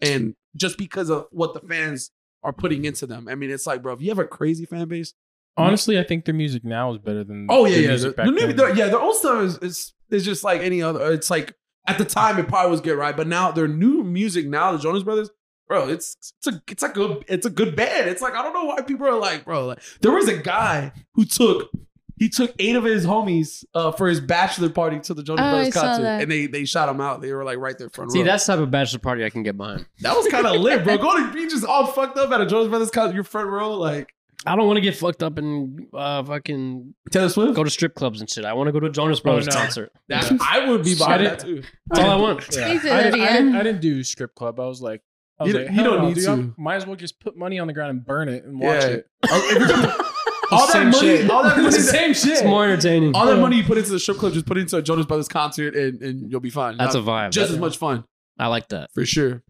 Speaker 1: and just because of what the fans are putting into them. I mean, it's like, bro, if you have a crazy fan base,
Speaker 5: Honestly, I think their music now is better than
Speaker 1: oh yeah,
Speaker 5: their
Speaker 1: yeah,
Speaker 5: music
Speaker 1: the,
Speaker 5: back
Speaker 1: the new-
Speaker 5: then.
Speaker 1: the- yeah, their old stuff is, is is just like any other. It's like at the time it probably was good, right? But now their new music now, the Jonas Brothers. Bro, it's it's a it's like a it's a good band. It's like I don't know why people are like, bro. Like, there was a guy who took he took eight of his homies uh, for his bachelor party to the Jonas
Speaker 4: Oh, I
Speaker 1: Brothers
Speaker 4: saw
Speaker 1: concert,
Speaker 4: that.
Speaker 1: and they they shot him out. They were like right there front
Speaker 2: See,
Speaker 1: row.
Speaker 2: that's the type of bachelor party I can get behind.
Speaker 1: that was kind of lit, bro. Going to be just all fucked up at a Jonas Brothers concert, your front row, like
Speaker 2: I don't want to get fucked up and uh, fucking
Speaker 1: Taylor Swift.
Speaker 2: go to strip clubs and shit. I want to go to a Jonas Brothers
Speaker 5: no.
Speaker 2: concert.
Speaker 1: Oh, That- I would be behind
Speaker 5: Shut
Speaker 1: that too.
Speaker 2: That's all I want.
Speaker 5: Yeah.
Speaker 4: Please do
Speaker 5: I,
Speaker 4: that
Speaker 5: didn't, I,
Speaker 4: again.
Speaker 5: didn't, I didn't do script club. I was like, I was
Speaker 1: You-
Speaker 5: like,
Speaker 1: you
Speaker 5: hell
Speaker 1: don't
Speaker 5: no,
Speaker 1: need
Speaker 5: dude,
Speaker 1: to.
Speaker 5: I'm- Might as well just put money on the ground and burn it and watch
Speaker 1: Yeah.
Speaker 5: it.
Speaker 1: all that
Speaker 5: Same
Speaker 1: money,
Speaker 5: shit.
Speaker 1: all that money,
Speaker 5: It's the same
Speaker 2: It's
Speaker 5: shit.
Speaker 2: more entertaining.
Speaker 1: all that money you put into the strip club, just put it into a Jonas Brothers concert, and, and you'll be fine.
Speaker 2: That's a
Speaker 1: Not-
Speaker 2: vibe.
Speaker 1: just
Speaker 2: That-
Speaker 1: as much fun
Speaker 2: I like that.
Speaker 1: for sure.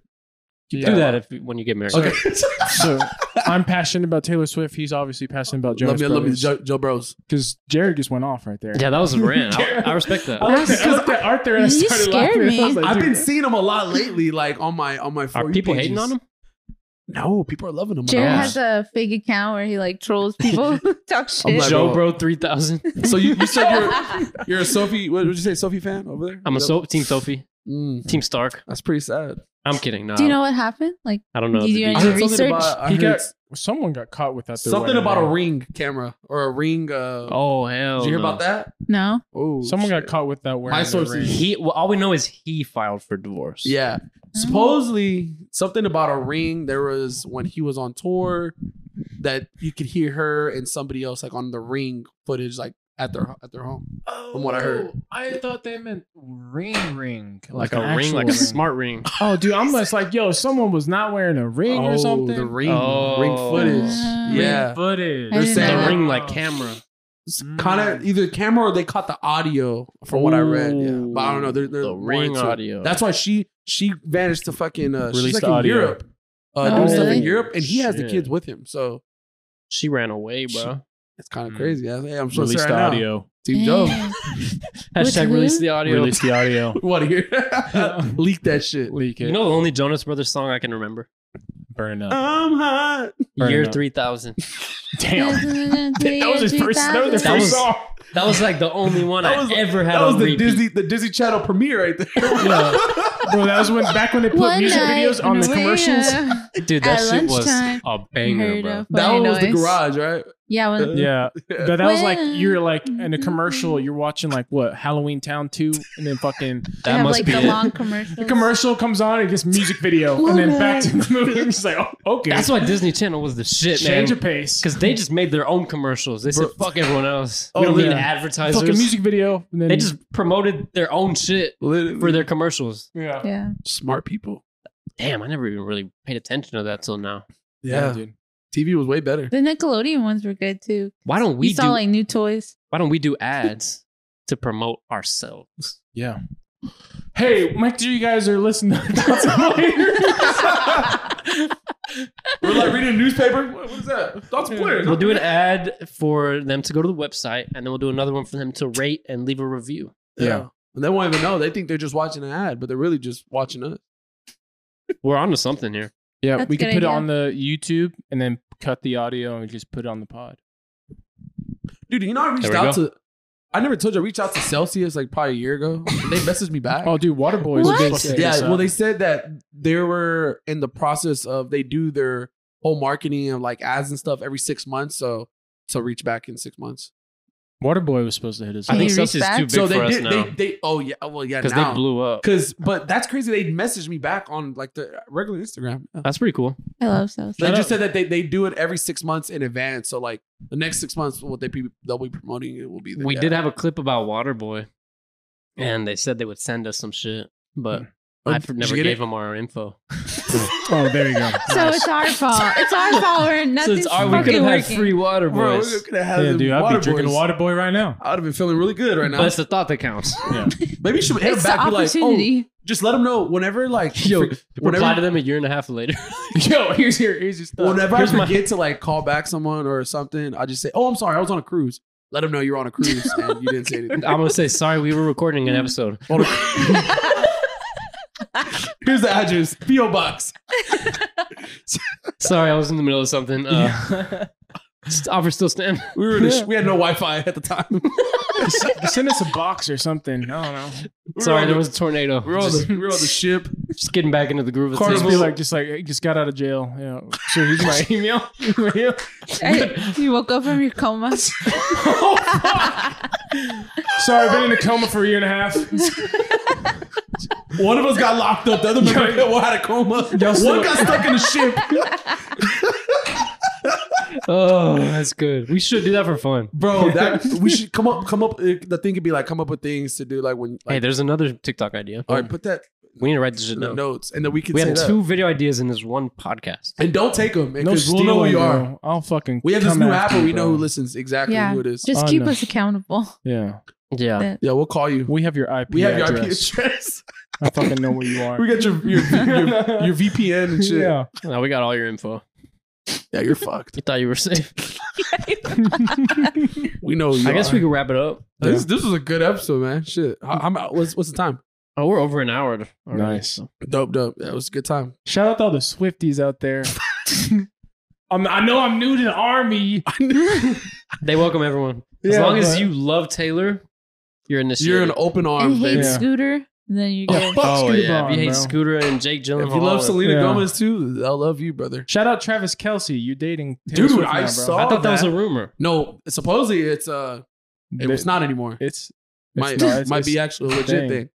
Speaker 5: Yeah.
Speaker 2: Do that if when you get married.
Speaker 1: Okay,
Speaker 5: So I'm passionate about Taylor Swift. He's obviously passionate about
Speaker 1: love
Speaker 5: Jonas
Speaker 1: me, love me,
Speaker 5: Brothers.
Speaker 1: Joe, Joe Bros.
Speaker 5: Because Jared just went off right there.
Speaker 2: Yeah, that was a rant. I, I respect that.
Speaker 5: I looked, at, I looked at Arthur and I
Speaker 4: You
Speaker 5: started
Speaker 4: scared
Speaker 5: laughing.
Speaker 4: me.
Speaker 5: I was like,
Speaker 1: I've
Speaker 5: dude,
Speaker 1: been seeing him a lot lately, like on my on my. For
Speaker 2: Are
Speaker 1: You
Speaker 2: people
Speaker 1: pages.
Speaker 2: hating on him?
Speaker 1: No, people are loving him.
Speaker 4: Jared
Speaker 2: Yeah.
Speaker 4: has a fake account where he like trolls people who talk shit.
Speaker 1: like-
Speaker 2: Joe Bro three thousand.
Speaker 1: so you, you said you're you're a Sophie. What would you say, Sophie fan over there?
Speaker 2: I'm a so- Team Sophie,
Speaker 1: Mm,
Speaker 2: Team Stark.
Speaker 1: that's pretty sad.
Speaker 2: I'm kidding. No,
Speaker 4: Do you know what happened? Like
Speaker 2: I don't know.
Speaker 4: Do you
Speaker 2: the
Speaker 4: know
Speaker 1: I heard
Speaker 2: details.
Speaker 1: something
Speaker 4: Research?
Speaker 1: about, I
Speaker 5: he
Speaker 1: heard
Speaker 5: got, someone got caught with that.
Speaker 1: something about a ring camera or a ring. Uh,
Speaker 2: oh hell!
Speaker 1: did you hear
Speaker 2: no.
Speaker 1: about that?
Speaker 4: no.
Speaker 1: Oh,
Speaker 5: Someone
Speaker 1: shit.
Speaker 5: got caught with that. Wearing
Speaker 1: My
Speaker 5: the
Speaker 1: sources-
Speaker 5: ring.
Speaker 2: He well, all we know is he filed for divorce.
Speaker 1: Yeah. Supposedly something about a ring. There was when he was on tour that you could hear her and somebody else like on the ring footage, like at their at their home. From
Speaker 2: Oh.
Speaker 1: what I heard.
Speaker 5: Oh, I thought they meant ring, ring,
Speaker 2: like, a ring, like a smart ring.
Speaker 5: Oh, dude, I'm just like, yo, someone was not wearing a ring or something.
Speaker 1: Oh, the ring,
Speaker 2: Oh.
Speaker 1: ring footage.
Speaker 4: Ah.
Speaker 1: yeah,
Speaker 5: footage.
Speaker 4: I
Speaker 1: They're
Speaker 4: didn't
Speaker 1: saying
Speaker 4: know
Speaker 2: The
Speaker 4: that.
Speaker 2: ring like camera.
Speaker 1: kind
Speaker 2: Mm.
Speaker 1: of either camera or they caught the audio from what I read. Yeah,
Speaker 2: Ooh,
Speaker 1: but I don't know. They're, they're
Speaker 2: the
Speaker 1: more
Speaker 2: ring
Speaker 1: into it.
Speaker 2: audio.
Speaker 1: That's why she she vanished to fucking uh, she's
Speaker 5: Released
Speaker 1: like
Speaker 5: the
Speaker 1: in
Speaker 5: audio.
Speaker 1: Europe, uh,
Speaker 4: Oh,
Speaker 1: doing stuff
Speaker 4: really?
Speaker 1: in Europe, and he has the
Speaker 2: Shit.
Speaker 1: kids with him. So
Speaker 2: she ran away, bro.
Speaker 1: it's kind of
Speaker 5: Mm.
Speaker 1: crazy. I, hey, I'm sure
Speaker 5: Release
Speaker 1: right
Speaker 5: the
Speaker 1: now.
Speaker 5: audio.
Speaker 1: Team Joe.
Speaker 4: Dang.
Speaker 2: Hashtag
Speaker 4: With
Speaker 2: release
Speaker 4: who?
Speaker 2: the audio.
Speaker 5: Release the audio.
Speaker 1: What do you leak that shit?
Speaker 5: Leak it.
Speaker 2: You know the only Jonas Brothers song I can remember.
Speaker 5: burn it up.
Speaker 1: I'm hot.
Speaker 5: Burn
Speaker 2: Year
Speaker 5: up.
Speaker 2: three thousand.
Speaker 5: Damn. That was his first. That was his
Speaker 2: That
Speaker 5: first
Speaker 2: was-
Speaker 5: song.
Speaker 2: That was like the only one
Speaker 1: That
Speaker 2: I
Speaker 1: was-
Speaker 2: ever had
Speaker 1: That
Speaker 2: on
Speaker 1: was the
Speaker 2: repeat.
Speaker 1: Disney, the Disney Channel premiere right there.
Speaker 3: Bro, that was when back when they put
Speaker 4: One
Speaker 3: music
Speaker 4: night
Speaker 3: videos on the
Speaker 4: we,
Speaker 3: commercials.
Speaker 4: uh,
Speaker 2: Dude, that
Speaker 4: At
Speaker 2: shit was
Speaker 4: lunchtime,
Speaker 2: a banger,
Speaker 4: heard
Speaker 2: bro.
Speaker 4: of
Speaker 1: that
Speaker 4: funny
Speaker 1: one was the
Speaker 4: noise.
Speaker 1: garage, right?
Speaker 4: Yeah, when,
Speaker 3: Yeah, but that was like
Speaker 4: When-
Speaker 3: you're like in a commercial. You're watching like what Halloween Town two, and then fucking
Speaker 4: they
Speaker 2: That
Speaker 4: have
Speaker 2: must
Speaker 4: like
Speaker 2: be
Speaker 4: the
Speaker 2: it.
Speaker 4: long commercials.
Speaker 3: the commercial comes on and gets music video, and
Speaker 4: One
Speaker 3: then back to
Speaker 4: night.
Speaker 3: the movie. It's like oh, okay,
Speaker 2: That's why Disney Channel was the shit,
Speaker 3: change of
Speaker 2: man.
Speaker 3: pace.
Speaker 2: Because they just made their own commercials. They said, fuck everyone else.
Speaker 1: Oh,
Speaker 2: we don't need
Speaker 3: yeah.
Speaker 2: advertisers.
Speaker 3: Fucking music video, and then
Speaker 2: They just promoted their own shit
Speaker 1: Literally.
Speaker 2: for their commercials.
Speaker 3: yeah.
Speaker 4: yeah,
Speaker 1: smart people.
Speaker 2: Damn, I never even really paid attention to that till now.
Speaker 1: Yeah,
Speaker 5: dude.
Speaker 1: TV was way better.
Speaker 4: the Nickelodeon ones were good too.
Speaker 2: Why don't we
Speaker 4: you
Speaker 2: do
Speaker 4: saw like new toys.
Speaker 2: why don't we do ads to promote ourselves?
Speaker 5: Yeah.
Speaker 3: Hey, make sure you guys are listening. to Thoughts
Speaker 1: We're like reading a newspaper. What, what is that? Thoughts of players.
Speaker 2: We'll do an ad for them to go to the website and then we'll do another one for them to rate and leave a review.
Speaker 1: Yeah. And they won't even know. They think they're just watching an ad, but they're really just watching us.
Speaker 2: We're onto something here.
Speaker 5: Yeah,
Speaker 4: That's
Speaker 5: we
Speaker 4: a
Speaker 5: could
Speaker 4: good
Speaker 5: put it
Speaker 4: idea.
Speaker 5: on the YouTube and then cut the audio and just put it on the pod.
Speaker 1: Dude, you know I reached
Speaker 2: There we
Speaker 1: out
Speaker 2: go.
Speaker 1: to I never told you I reached out to Celsius like probably a year ago. And they messaged me back.
Speaker 5: Oh, dude, Waterboy is
Speaker 4: What?
Speaker 5: supposed to hit
Speaker 1: yeah.
Speaker 5: us
Speaker 1: Well,
Speaker 5: up.
Speaker 1: they said that they were in the process of they do their whole marketing of like ads and stuff every six months. So so reach back in six months.
Speaker 5: Waterboy was supposed to hit us
Speaker 4: I Can
Speaker 5: up.
Speaker 4: think you reach Celsius is back? too big
Speaker 1: so they did they they oh yeah oh, well yeah
Speaker 2: because
Speaker 1: now.
Speaker 2: they blew up.
Speaker 1: Cause, but that's crazy. They messaged me back on like the regular Instagram.
Speaker 2: That's pretty cool.
Speaker 4: I love those.
Speaker 1: They just said that they, they do it every six months in advance. So like the next six months, what they be, they'll be promoting it will be. The,
Speaker 2: We
Speaker 1: yeah.
Speaker 2: did have a clip about Waterboy, and they said they would send us some shit, but
Speaker 1: Oh,
Speaker 2: I
Speaker 1: did you
Speaker 2: never
Speaker 1: get
Speaker 2: gave
Speaker 1: it?
Speaker 2: them our info.
Speaker 3: Oh, there you go.
Speaker 4: So it's our fault. It's our fault. We're
Speaker 2: so
Speaker 4: nothing's
Speaker 2: it's our, oh, we could have
Speaker 4: fucking
Speaker 2: had
Speaker 4: working.
Speaker 2: free water
Speaker 1: Bro,
Speaker 2: boys.
Speaker 1: could have had
Speaker 3: Yeah, dude, I'd be drinking
Speaker 1: boys.
Speaker 3: Waterboy right now.
Speaker 1: I would have been feeling really good right
Speaker 2: But
Speaker 1: now.
Speaker 2: it's the thought that counts.
Speaker 1: Maybe you should hit
Speaker 4: It's
Speaker 1: them
Speaker 4: the
Speaker 1: back. Be like, oh,
Speaker 4: opportunity.
Speaker 1: just let them know whenever like
Speaker 2: Yo,
Speaker 1: for-
Speaker 2: reply
Speaker 1: whenever
Speaker 2: to them a year and a half later.
Speaker 3: Yo, here's here, here's your stuff.
Speaker 1: whenever I
Speaker 2: Here's my-
Speaker 1: forget to like call back someone or something, I just say, oh, I'm sorry, I was on a cruise. Let them know you're on a cruise and you didn't say anything.
Speaker 2: I'm gonna say sorry, we were recording an episode.
Speaker 1: On a- Here's the address, PO box.
Speaker 2: Sorry, I was in the middle of something. Uh, st- offer still stand.
Speaker 1: We were in a, we had no Wi-Fi at the time.
Speaker 3: Send us a box or something. I don't know.
Speaker 2: Sorry,
Speaker 1: on
Speaker 2: there
Speaker 1: the-
Speaker 2: was a tornado.
Speaker 1: We were on
Speaker 2: just,
Speaker 1: the we were on the ship.
Speaker 2: just getting back into the groove of
Speaker 3: Just
Speaker 2: things.
Speaker 3: be like, just like, hey, just got out of jail. Yeah. So here's my email.
Speaker 4: Hey, you woke up from your coma.
Speaker 3: Oh, Sorry, I've been in a coma for a year and a half.
Speaker 1: One of us got locked up. The other member had a coma. One
Speaker 3: still-
Speaker 1: got stuck in a ship.
Speaker 2: Oh, that's good. We should do that for fun.
Speaker 1: Bro, that we should come up, come up. uh, The thing could be like come up with things to do, like when.
Speaker 2: Hey,
Speaker 1: Like,
Speaker 2: there's another TikTok idea.
Speaker 1: all right, put that
Speaker 2: We need to write this shit
Speaker 1: in the
Speaker 2: down.
Speaker 1: notes, and then we can.
Speaker 2: We
Speaker 1: say
Speaker 2: have
Speaker 1: that.
Speaker 2: two video ideas in this one podcast.
Speaker 1: and don't take them
Speaker 3: No
Speaker 1: because
Speaker 3: stealing,
Speaker 1: we'll know who you are.
Speaker 3: bro. I'll fucking.
Speaker 1: We have this
Speaker 3: come
Speaker 1: new app
Speaker 3: after
Speaker 1: where
Speaker 3: you,
Speaker 1: we know
Speaker 3: bro.
Speaker 1: who listens exactly
Speaker 4: yeah,
Speaker 1: who it is.
Speaker 4: just
Speaker 3: Oh,
Speaker 4: keep
Speaker 3: no.
Speaker 4: us accountable.
Speaker 3: Yeah,
Speaker 2: Yeah.
Speaker 1: yeah, we'll call you.
Speaker 3: we have your IP.
Speaker 1: We have your IP
Speaker 3: address.
Speaker 1: address.
Speaker 3: I fucking know where you are.
Speaker 1: we got your your, your your VPN and shit. Yeah,
Speaker 3: Yeah.
Speaker 2: Now we got all your info.
Speaker 1: you're fucked.
Speaker 2: You thought you were safe.
Speaker 1: We know. Who you
Speaker 2: I guess
Speaker 1: are.
Speaker 2: we can wrap it up.
Speaker 1: This this was a good episode, man. Shit, I, I'm out. What's what's the time?
Speaker 2: Oh, we're over an hour. already,
Speaker 3: Nice.
Speaker 2: so.
Speaker 1: Dope, dope. That was a good time.
Speaker 3: Shout out to all the Swifties out there. I'm, I know I'm new to the army.
Speaker 2: They welcome everyone. as
Speaker 3: Yeah,
Speaker 2: long as
Speaker 3: but-
Speaker 2: you love Taylor, you're in this.
Speaker 1: You're an open
Speaker 4: and
Speaker 1: arms,
Speaker 4: hate
Speaker 1: baby.
Speaker 3: Yeah.
Speaker 4: Scooter, then you're good.
Speaker 3: Fuck
Speaker 2: Oh
Speaker 3: Scooter
Speaker 2: yeah.
Speaker 3: Braun,
Speaker 2: If you hate
Speaker 3: bro.
Speaker 2: Scooter and Jake Gyllenhaal,
Speaker 1: If you love Selena
Speaker 3: Yeah.
Speaker 1: Gomez too, they'll love you, brother.
Speaker 3: Shout out Travis Kelsey. You're dating
Speaker 1: Dude,
Speaker 3: Swift
Speaker 1: I
Speaker 3: now, bro.
Speaker 1: saw-
Speaker 2: I thought that was
Speaker 1: that.
Speaker 2: a rumor.
Speaker 1: No, supposedly it's uh, it was not anymore.
Speaker 3: It's, it's
Speaker 1: might
Speaker 3: no, it's-
Speaker 1: might be
Speaker 3: it's-
Speaker 1: actually a
Speaker 3: thing.
Speaker 1: legit thing.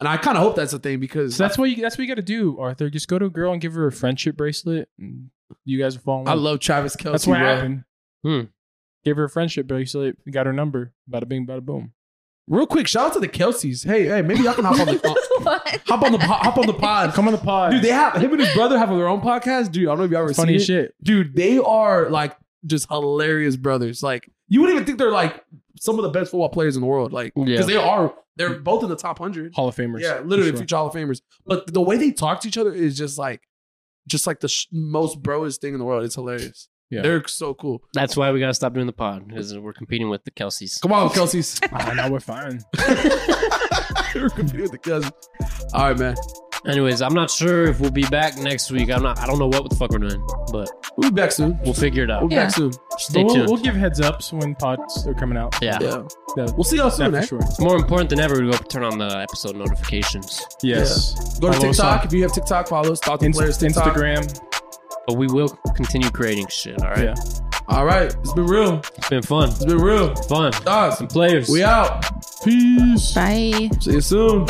Speaker 1: and I kind of hope that's a thing because
Speaker 5: So that's what you, that's what you got to do, Arthur. Just go to a girl and give her a friendship bracelet. And you guys will fall in
Speaker 1: I
Speaker 5: love.
Speaker 1: love Travis Kelsey.
Speaker 5: That's what
Speaker 1: bro.
Speaker 5: happened.
Speaker 2: Hmm.
Speaker 5: Gave her a friendship bracelet. Got her number. Bada bing, bada boom.
Speaker 1: Real quick, shout out to the Kelseys. Hey, hey, maybe y'all can hop on the
Speaker 4: What?
Speaker 1: hop on the po- hop on the pod.
Speaker 5: Come on the pod.
Speaker 1: Dude, they have him and his brother have their own podcast. Dude, I don't know if y'all ever
Speaker 5: funny
Speaker 1: seen
Speaker 5: as
Speaker 1: it.
Speaker 5: shit.
Speaker 1: Dude, they are like just hilarious brothers. Like you wouldn't even think they're like some of the best football players in the world. Like because
Speaker 2: Yeah.
Speaker 1: they are. They're both in the top hundred.
Speaker 5: Hall of Famers.
Speaker 1: Yeah, literally
Speaker 5: for sure.
Speaker 1: future Hall of Famers. But the way they talk to each other is just like, just like the sh- most broest thing in the world. It's hilarious.
Speaker 5: Yeah.
Speaker 1: They're so cool.
Speaker 2: That's why we gotta stop doing the pod because we're competing with the Kelseys.
Speaker 1: Come on, Kelsey's.
Speaker 5: Ah, now we're fine.
Speaker 1: We're competing with the cousins. All right, man.
Speaker 2: Anyways, I'm not sure if we'll be back next week. I'm not. I don't know what the fuck we're doing, but
Speaker 1: We'll be back soon.
Speaker 2: we'll figure it
Speaker 1: We'll
Speaker 2: out.
Speaker 1: be
Speaker 4: Yeah.
Speaker 1: back soon.
Speaker 2: Stay
Speaker 5: we'll, we'll
Speaker 2: tuned.
Speaker 5: give heads ups when pods are coming out.
Speaker 2: Yeah.
Speaker 1: Yeah.
Speaker 5: That-
Speaker 1: We'll see y'all soon,
Speaker 5: that
Speaker 1: eh?
Speaker 5: for sure.
Speaker 2: More important than ever, we go turn on the episode notifications.
Speaker 5: Yes.
Speaker 1: Go to
Speaker 5: Follow us
Speaker 1: TikTok.
Speaker 5: on-
Speaker 1: If you have TikTok, follow us. Thoughts and
Speaker 5: Inst-
Speaker 1: Players TikTok.
Speaker 5: Instagram.
Speaker 2: But we will continue creating shit. All right.
Speaker 5: Yeah.
Speaker 1: All right. It's been real.
Speaker 2: It's been fun.
Speaker 1: It's been real.
Speaker 2: Fun.
Speaker 1: Thoughts.
Speaker 2: Some players.
Speaker 1: We out.
Speaker 5: Peace.
Speaker 4: Bye.
Speaker 1: See you soon.